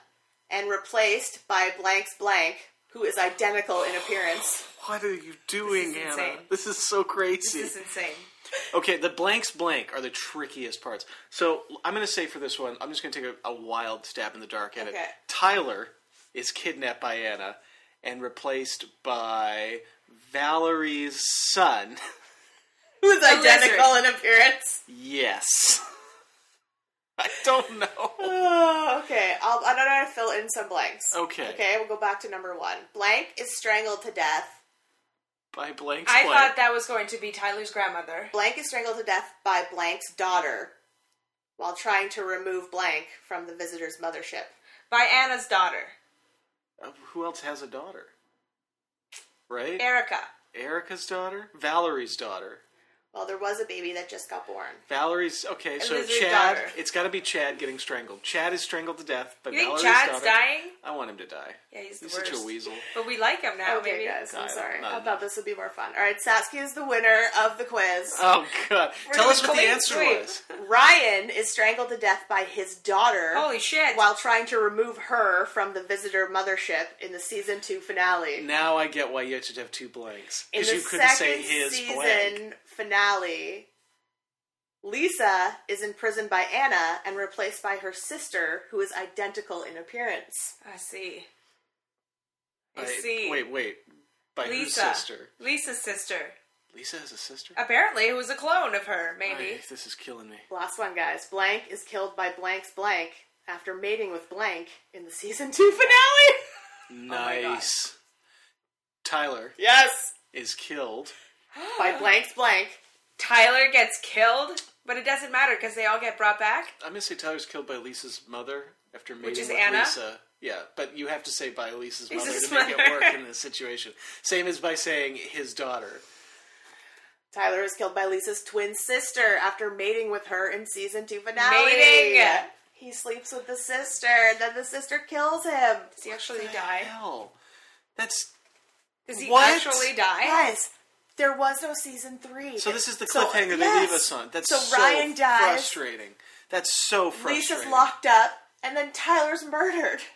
S3: and replaced by Blank's Blank, who is identical in appearance.
S1: What are you doing,
S3: This is
S1: Anna?
S3: insane.
S1: This is so crazy.
S2: This is insane.
S1: Okay, the blanks blank are the trickiest parts. So I'm going to say for this one, I'm just going to take a, a wild stab in the dark at it.
S3: Okay.
S1: Tyler is kidnapped by Anna and replaced by Valerie's son.
S3: Who's
S2: lizard.
S3: identical in appearance?
S1: Yes. I don't know.
S3: Oh, okay, I'll, I don't know how to fill in some blanks.
S1: Okay.
S3: Okay, we'll go back to number one. Blank is strangled to death.
S1: By blanks
S2: I
S1: blank.
S2: thought that was going to be Tyler's grandmother.
S3: Blank is strangled to death by Blank's daughter while trying to remove Blank from the visitor's mothership.
S2: By Anna's daughter,
S1: Uh, Who else has a daughter? Right?
S3: Er
S2: Erica.
S1: Erica's daughter? Valerie's daughter.
S3: Well, there was a baby that just got born.
S1: Valerie's okay. So
S2: Elizabeth's
S1: Chad,
S2: daughter.
S1: it's got to be Chad getting strangled. Chad is strangled to death. But
S2: You think
S1: Valerie's
S2: Chad's
S1: daughter-
S2: dying?
S1: I want him to die.
S2: Yeah, he's the
S1: He's
S2: worst.
S1: such a weasel.
S2: But we like him now,
S3: Okay,
S2: Oh, maybe.
S3: guys, I'm
S1: No,
S3: sorry.
S1: no,
S3: I
S1: no.
S3: thought this would be more fun. All right, Satsuki is the winner of the quiz.
S1: Oh God! Tell
S2: doing
S1: us what the
S2: clean
S1: answer
S2: sweep.
S1: was.
S3: Ryan is strangled to death by his daughter.
S2: Holy shit.
S3: While trying to remove her from the visitor mothership in the season two finale.
S1: Now I get why you had to have two blanks
S3: in
S1: because
S3: the
S1: you couldn't say
S3: second
S1: his
S3: season
S1: blank.
S3: finale, Lisa is imprisoned by Anna and replaced by her sister, who is identical in appearance.
S2: I see. I
S1: Right.
S2: see.
S1: Wait, wait. By
S2: Lisa.
S1: whose sister?
S2: Lisa's sister.
S1: Lisa has a sister.
S2: Apparently, who was a clone of her, maybe.
S1: Ay, this is killing me.
S3: Last one, guys. Blank is killed by blank's blank after mating with blank in the season two finale.
S2: Oh
S1: Nice. Tyler
S3: Yes.
S1: is killed.
S3: By blank's blank.
S2: Tyler gets killed, but it doesn't matter because they all get brought back.
S1: I'm gonna say Tyler's killed by Lisa's mother after mating
S2: is
S1: with
S2: Anna?
S1: Lisa. Yeah, but you have to say by Lisa's mother
S2: Lisa's
S1: to make
S2: mother.
S1: it work in this situation. Same as by saying his daughter.
S3: Tyler is killed by Lisa's twin sister after mating with her in season two finale.
S2: Mating.
S3: He sleeps with the sister, and then the sister kills him.
S2: Does he actually die?
S1: Hell, that's
S2: Does he
S1: What?
S2: actually die?
S3: Guys, there was no season three.
S1: so. This is the
S3: So,
S1: cliffhanger they
S3: yes.
S1: leave us on. That's
S3: so,
S1: so,
S3: Ryan dies.
S1: frustrating. That's so frustrating.
S3: Lisa's locked up, and then Tyler's murdered.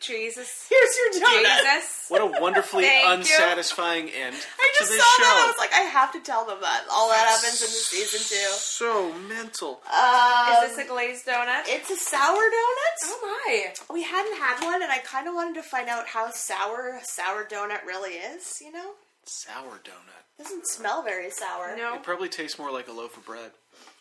S2: Jesus.
S3: Here's your donut.
S2: Jesus.
S1: What a wonderfully
S2: Thank you.
S1: unsatisfying end
S3: I just
S1: to
S3: saw
S1: this show.
S3: that. I was like, I have to tell them that. All that happens in the season two.
S1: so mental.
S3: Um,
S2: Is this a glazed donut?
S3: It's a sour donut.
S2: Oh my.
S3: We hadn't had one, and I kind of wanted to find out how sour a sour donut really is. You know,
S1: Sour donut.
S3: doesn't smell very sour.
S2: No.
S1: It probably tastes more like a loaf of bread.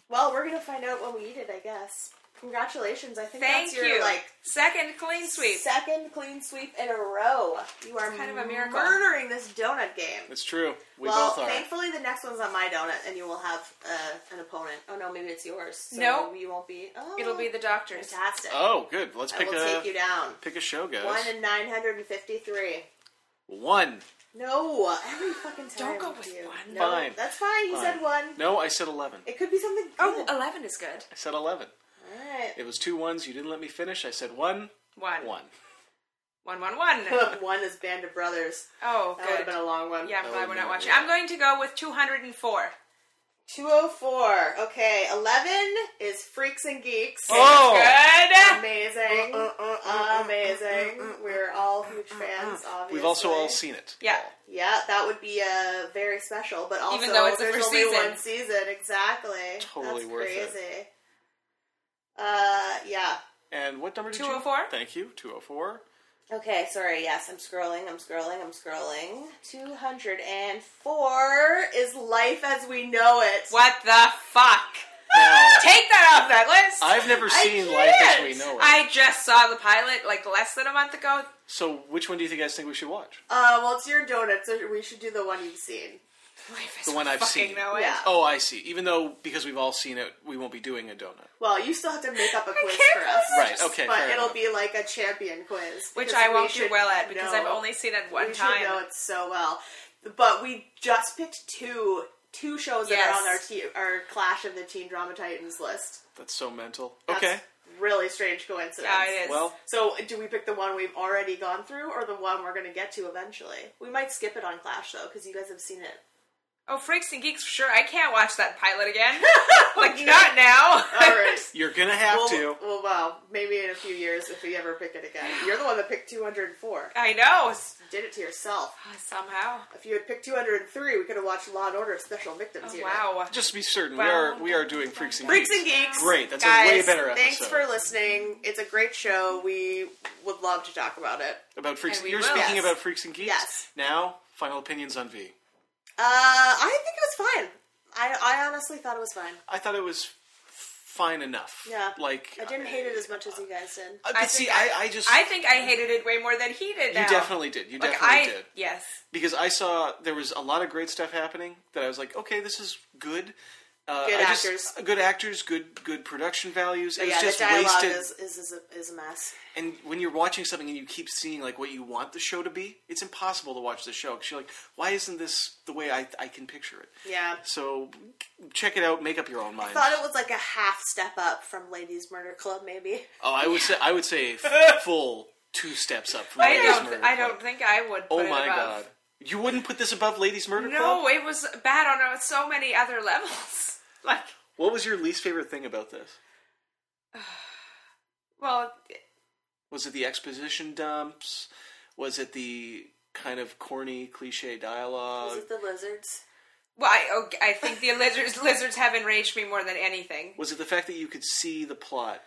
S3: Well, we're gonna find out when we eat it, I guess. Congratulations! I think
S2: Thank
S3: that's your
S2: you.
S3: like
S2: Second clean sweep.
S3: second clean sweep in a row. You are
S2: kind of a miracle.
S3: murdering this donut game.
S1: It's true. We
S3: well,
S1: both are.
S3: thankfully the next one's on my donut, and you will have uh, an opponent. Oh no, maybe it's yours. So
S2: Nope.
S3: you won't be. Oh,
S2: It'll be the doctor's.
S3: fantastic.
S1: oh, good. Let's
S3: I
S1: pick
S3: will
S1: a
S3: take you down.
S1: pick a show, guys.
S3: One in nine hundred and fifty-three.
S1: One.
S3: No, every fucking time.
S2: Don't go
S3: you
S2: with
S3: do.
S2: one.
S3: No,
S1: Fine.
S3: That's fine. You said one.
S1: No, I said eleven.
S3: It could be something. Good.
S2: Oh, 11 is good.
S1: I said eleven.
S3: all right.
S1: It was two ones. You didn't let me finish. I said one.
S2: One.
S1: One.
S2: One, one, one.
S3: one is Band of Brothers.
S2: Oh,
S3: That would have
S2: good.
S3: been a long one.
S2: Yeah, I'm glad we're not
S1: no,
S2: watching.
S1: yeah.
S2: I'm going to go with 204.
S3: Two oh four. Okay, eleven is Freaks and Geeks.
S1: Oh.
S2: Good.
S3: Oh.
S1: Uh,
S3: Amazing. Amazing. We're all huge fans, obviously.
S1: uh. We've also all seen it.
S2: Yeah.
S3: Yeah, that would be uh, very special, but also
S2: Even though it's the
S3: there's
S2: first
S3: only
S2: season.
S3: one season. Exactly.
S1: Totally
S3: That's
S1: worth
S3: crazy.
S1: it.
S3: Uh, yeah.
S1: And what number did you?
S2: 204?
S1: Thank you. Two oh four.
S3: Okay, sorry. Yes, I'm scrolling. I'm scrolling. I'm scrolling. Two hundred and four is life as we know it.
S2: What the fuck? Take that off that list.
S1: I've never
S3: I
S1: seen Life as
S3: can't.
S1: We Know It.
S2: I just saw the pilot like less than a month ago.
S1: So, which one do you think guys think we should watch?
S3: Uh, well, it's your donuts. So we should do the one you've seen.
S2: Life is
S1: The one I've
S2: fucking
S1: seen.
S2: Know it.
S3: Yeah.
S1: Oh, I see. Even though because we've all seen it, we won't be doing a donut.
S3: Well, you still have to make up a quiz
S2: can't
S3: for us,
S1: Right, okay,
S3: But
S1: fair
S3: it'll
S1: enough.
S3: be like a champion quiz,
S2: Which
S3: because
S2: I
S3: we
S2: won't do
S3: should
S2: well at because I've
S3: know-
S2: only seen it one
S3: we should
S2: time.
S3: know it so well. But we just picked two two shows that
S2: Yes.
S3: are on our te- our Clash of the Teen Drama Titans list.
S1: That's so mental.
S3: That's
S1: okay.
S3: really strange coincidence.
S2: Yeah, it is.
S1: Well,
S3: So, do we pick the one we've already gone through, or the one we're going to get to eventually? We might skip it on Clash though, because you guys have seen it.
S2: oh, Freaks and Geeks, sure. I can't watch that pilot again. like, not now.
S3: All right.
S1: you're gonna have to.
S3: Well, well, wow. Maybe in a few years, if we ever pick it again. You're the one that picked 204.
S2: I know. uh,
S3: You did it to yourself.
S2: Somehow.
S3: If you had picked 203, we could have watched Law and Order Special Victims
S2: Oh,
S3: Unit.
S2: wow.
S1: Just to be certain,
S2: Well,
S1: we are we are doing freaks and
S3: Freaks
S1: geeks.
S3: and Geeks.
S1: Great. That's
S2: Guys,
S1: a way better episode.
S3: Thanks for listening. It's a great show. We would love to talk about it.
S1: about freaks.
S2: And we
S1: You're
S2: will.
S1: speaking
S3: Yes.
S1: about freaks and geeks.
S3: Yes.
S1: Now, final opinions on V.
S3: Uh, I think it was fine. I, I honestly thought it was fine.
S1: I thought it was fine enough.
S3: Yeah.
S1: Like
S3: I didn't hate it as much as you guys did.
S1: Uh,
S2: I
S1: but see,
S2: think
S1: I, I just
S2: I think I hated it way more than he did.
S1: you
S2: now.
S1: definitely did. You
S2: Like,
S1: definitely
S2: I,
S1: did.
S2: Yes.
S1: because I saw there was a lot of great stuff happening that I was like, okay, this is good. Uh,
S3: Good
S1: I just-
S3: actors.
S1: good actors, good good production values. It
S3: yeah,
S1: was just
S3: the dialogue
S1: wasted.
S3: is, is, is, a, is a mess.
S1: And when you're watching something and you keep seeing like what you want the show to be, it's impossible to watch the show because you're like, why isn't this the way I I can picture it?
S3: Yeah.
S1: So check it out, make up your own mind.
S3: Thought it was like a half step up from Ladies Murder Club, maybe.
S1: oh, I would say I would say f- full two steps up from
S2: I
S1: Ladies
S2: don't.
S1: Murder
S2: I
S1: Club.
S2: don't think I would. Put
S1: Oh
S2: it
S1: my
S2: above.
S1: god, you wouldn't put this above Ladies Murder Club?
S2: No, it was bad on uh, so many other levels. Like,
S1: What was your least favorite thing about this?
S2: well,
S1: Was it the exposition dumps? Was it the kind of corny cliche dialogue?
S3: Was it the lizards?
S2: well, I, okay, I think the lizards lizards have enraged me more than anything.
S1: Was it the fact that you could see the plot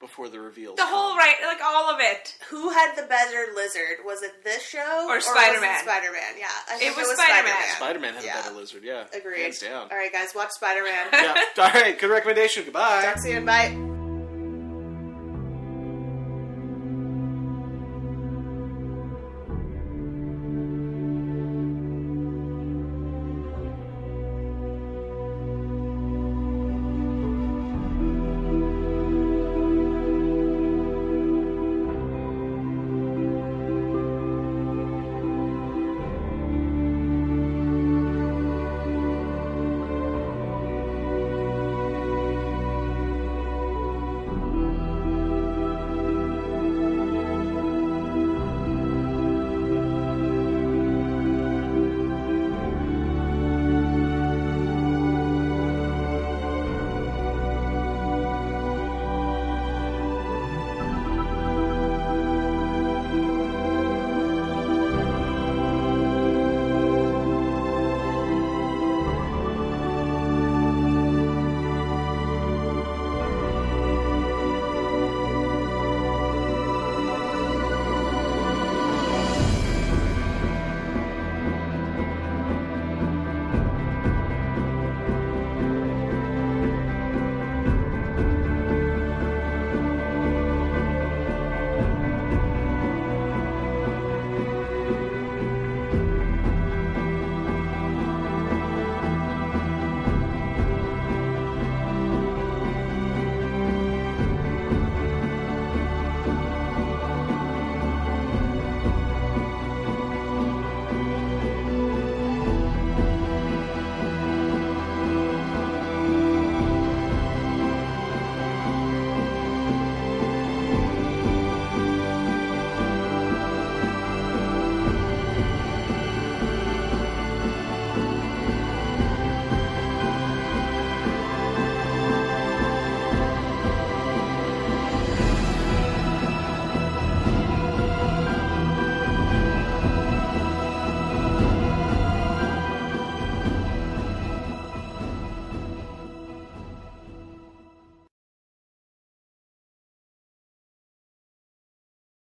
S1: before the reveal?
S2: The whole right, like all of it.
S3: Who had the better lizard? Was it this show
S2: Or Spider-Man.
S3: Spider Man, yeah. I think
S2: was Spider-Man.
S1: Spider Man had
S3: Yeah.
S1: a better lizard, yeah.
S3: Agreed.
S1: Hands down.
S3: All right, guys, watch Spider Man.
S1: yeah. All right, good recommendation. Goodbye.
S3: Talk soon. Bye.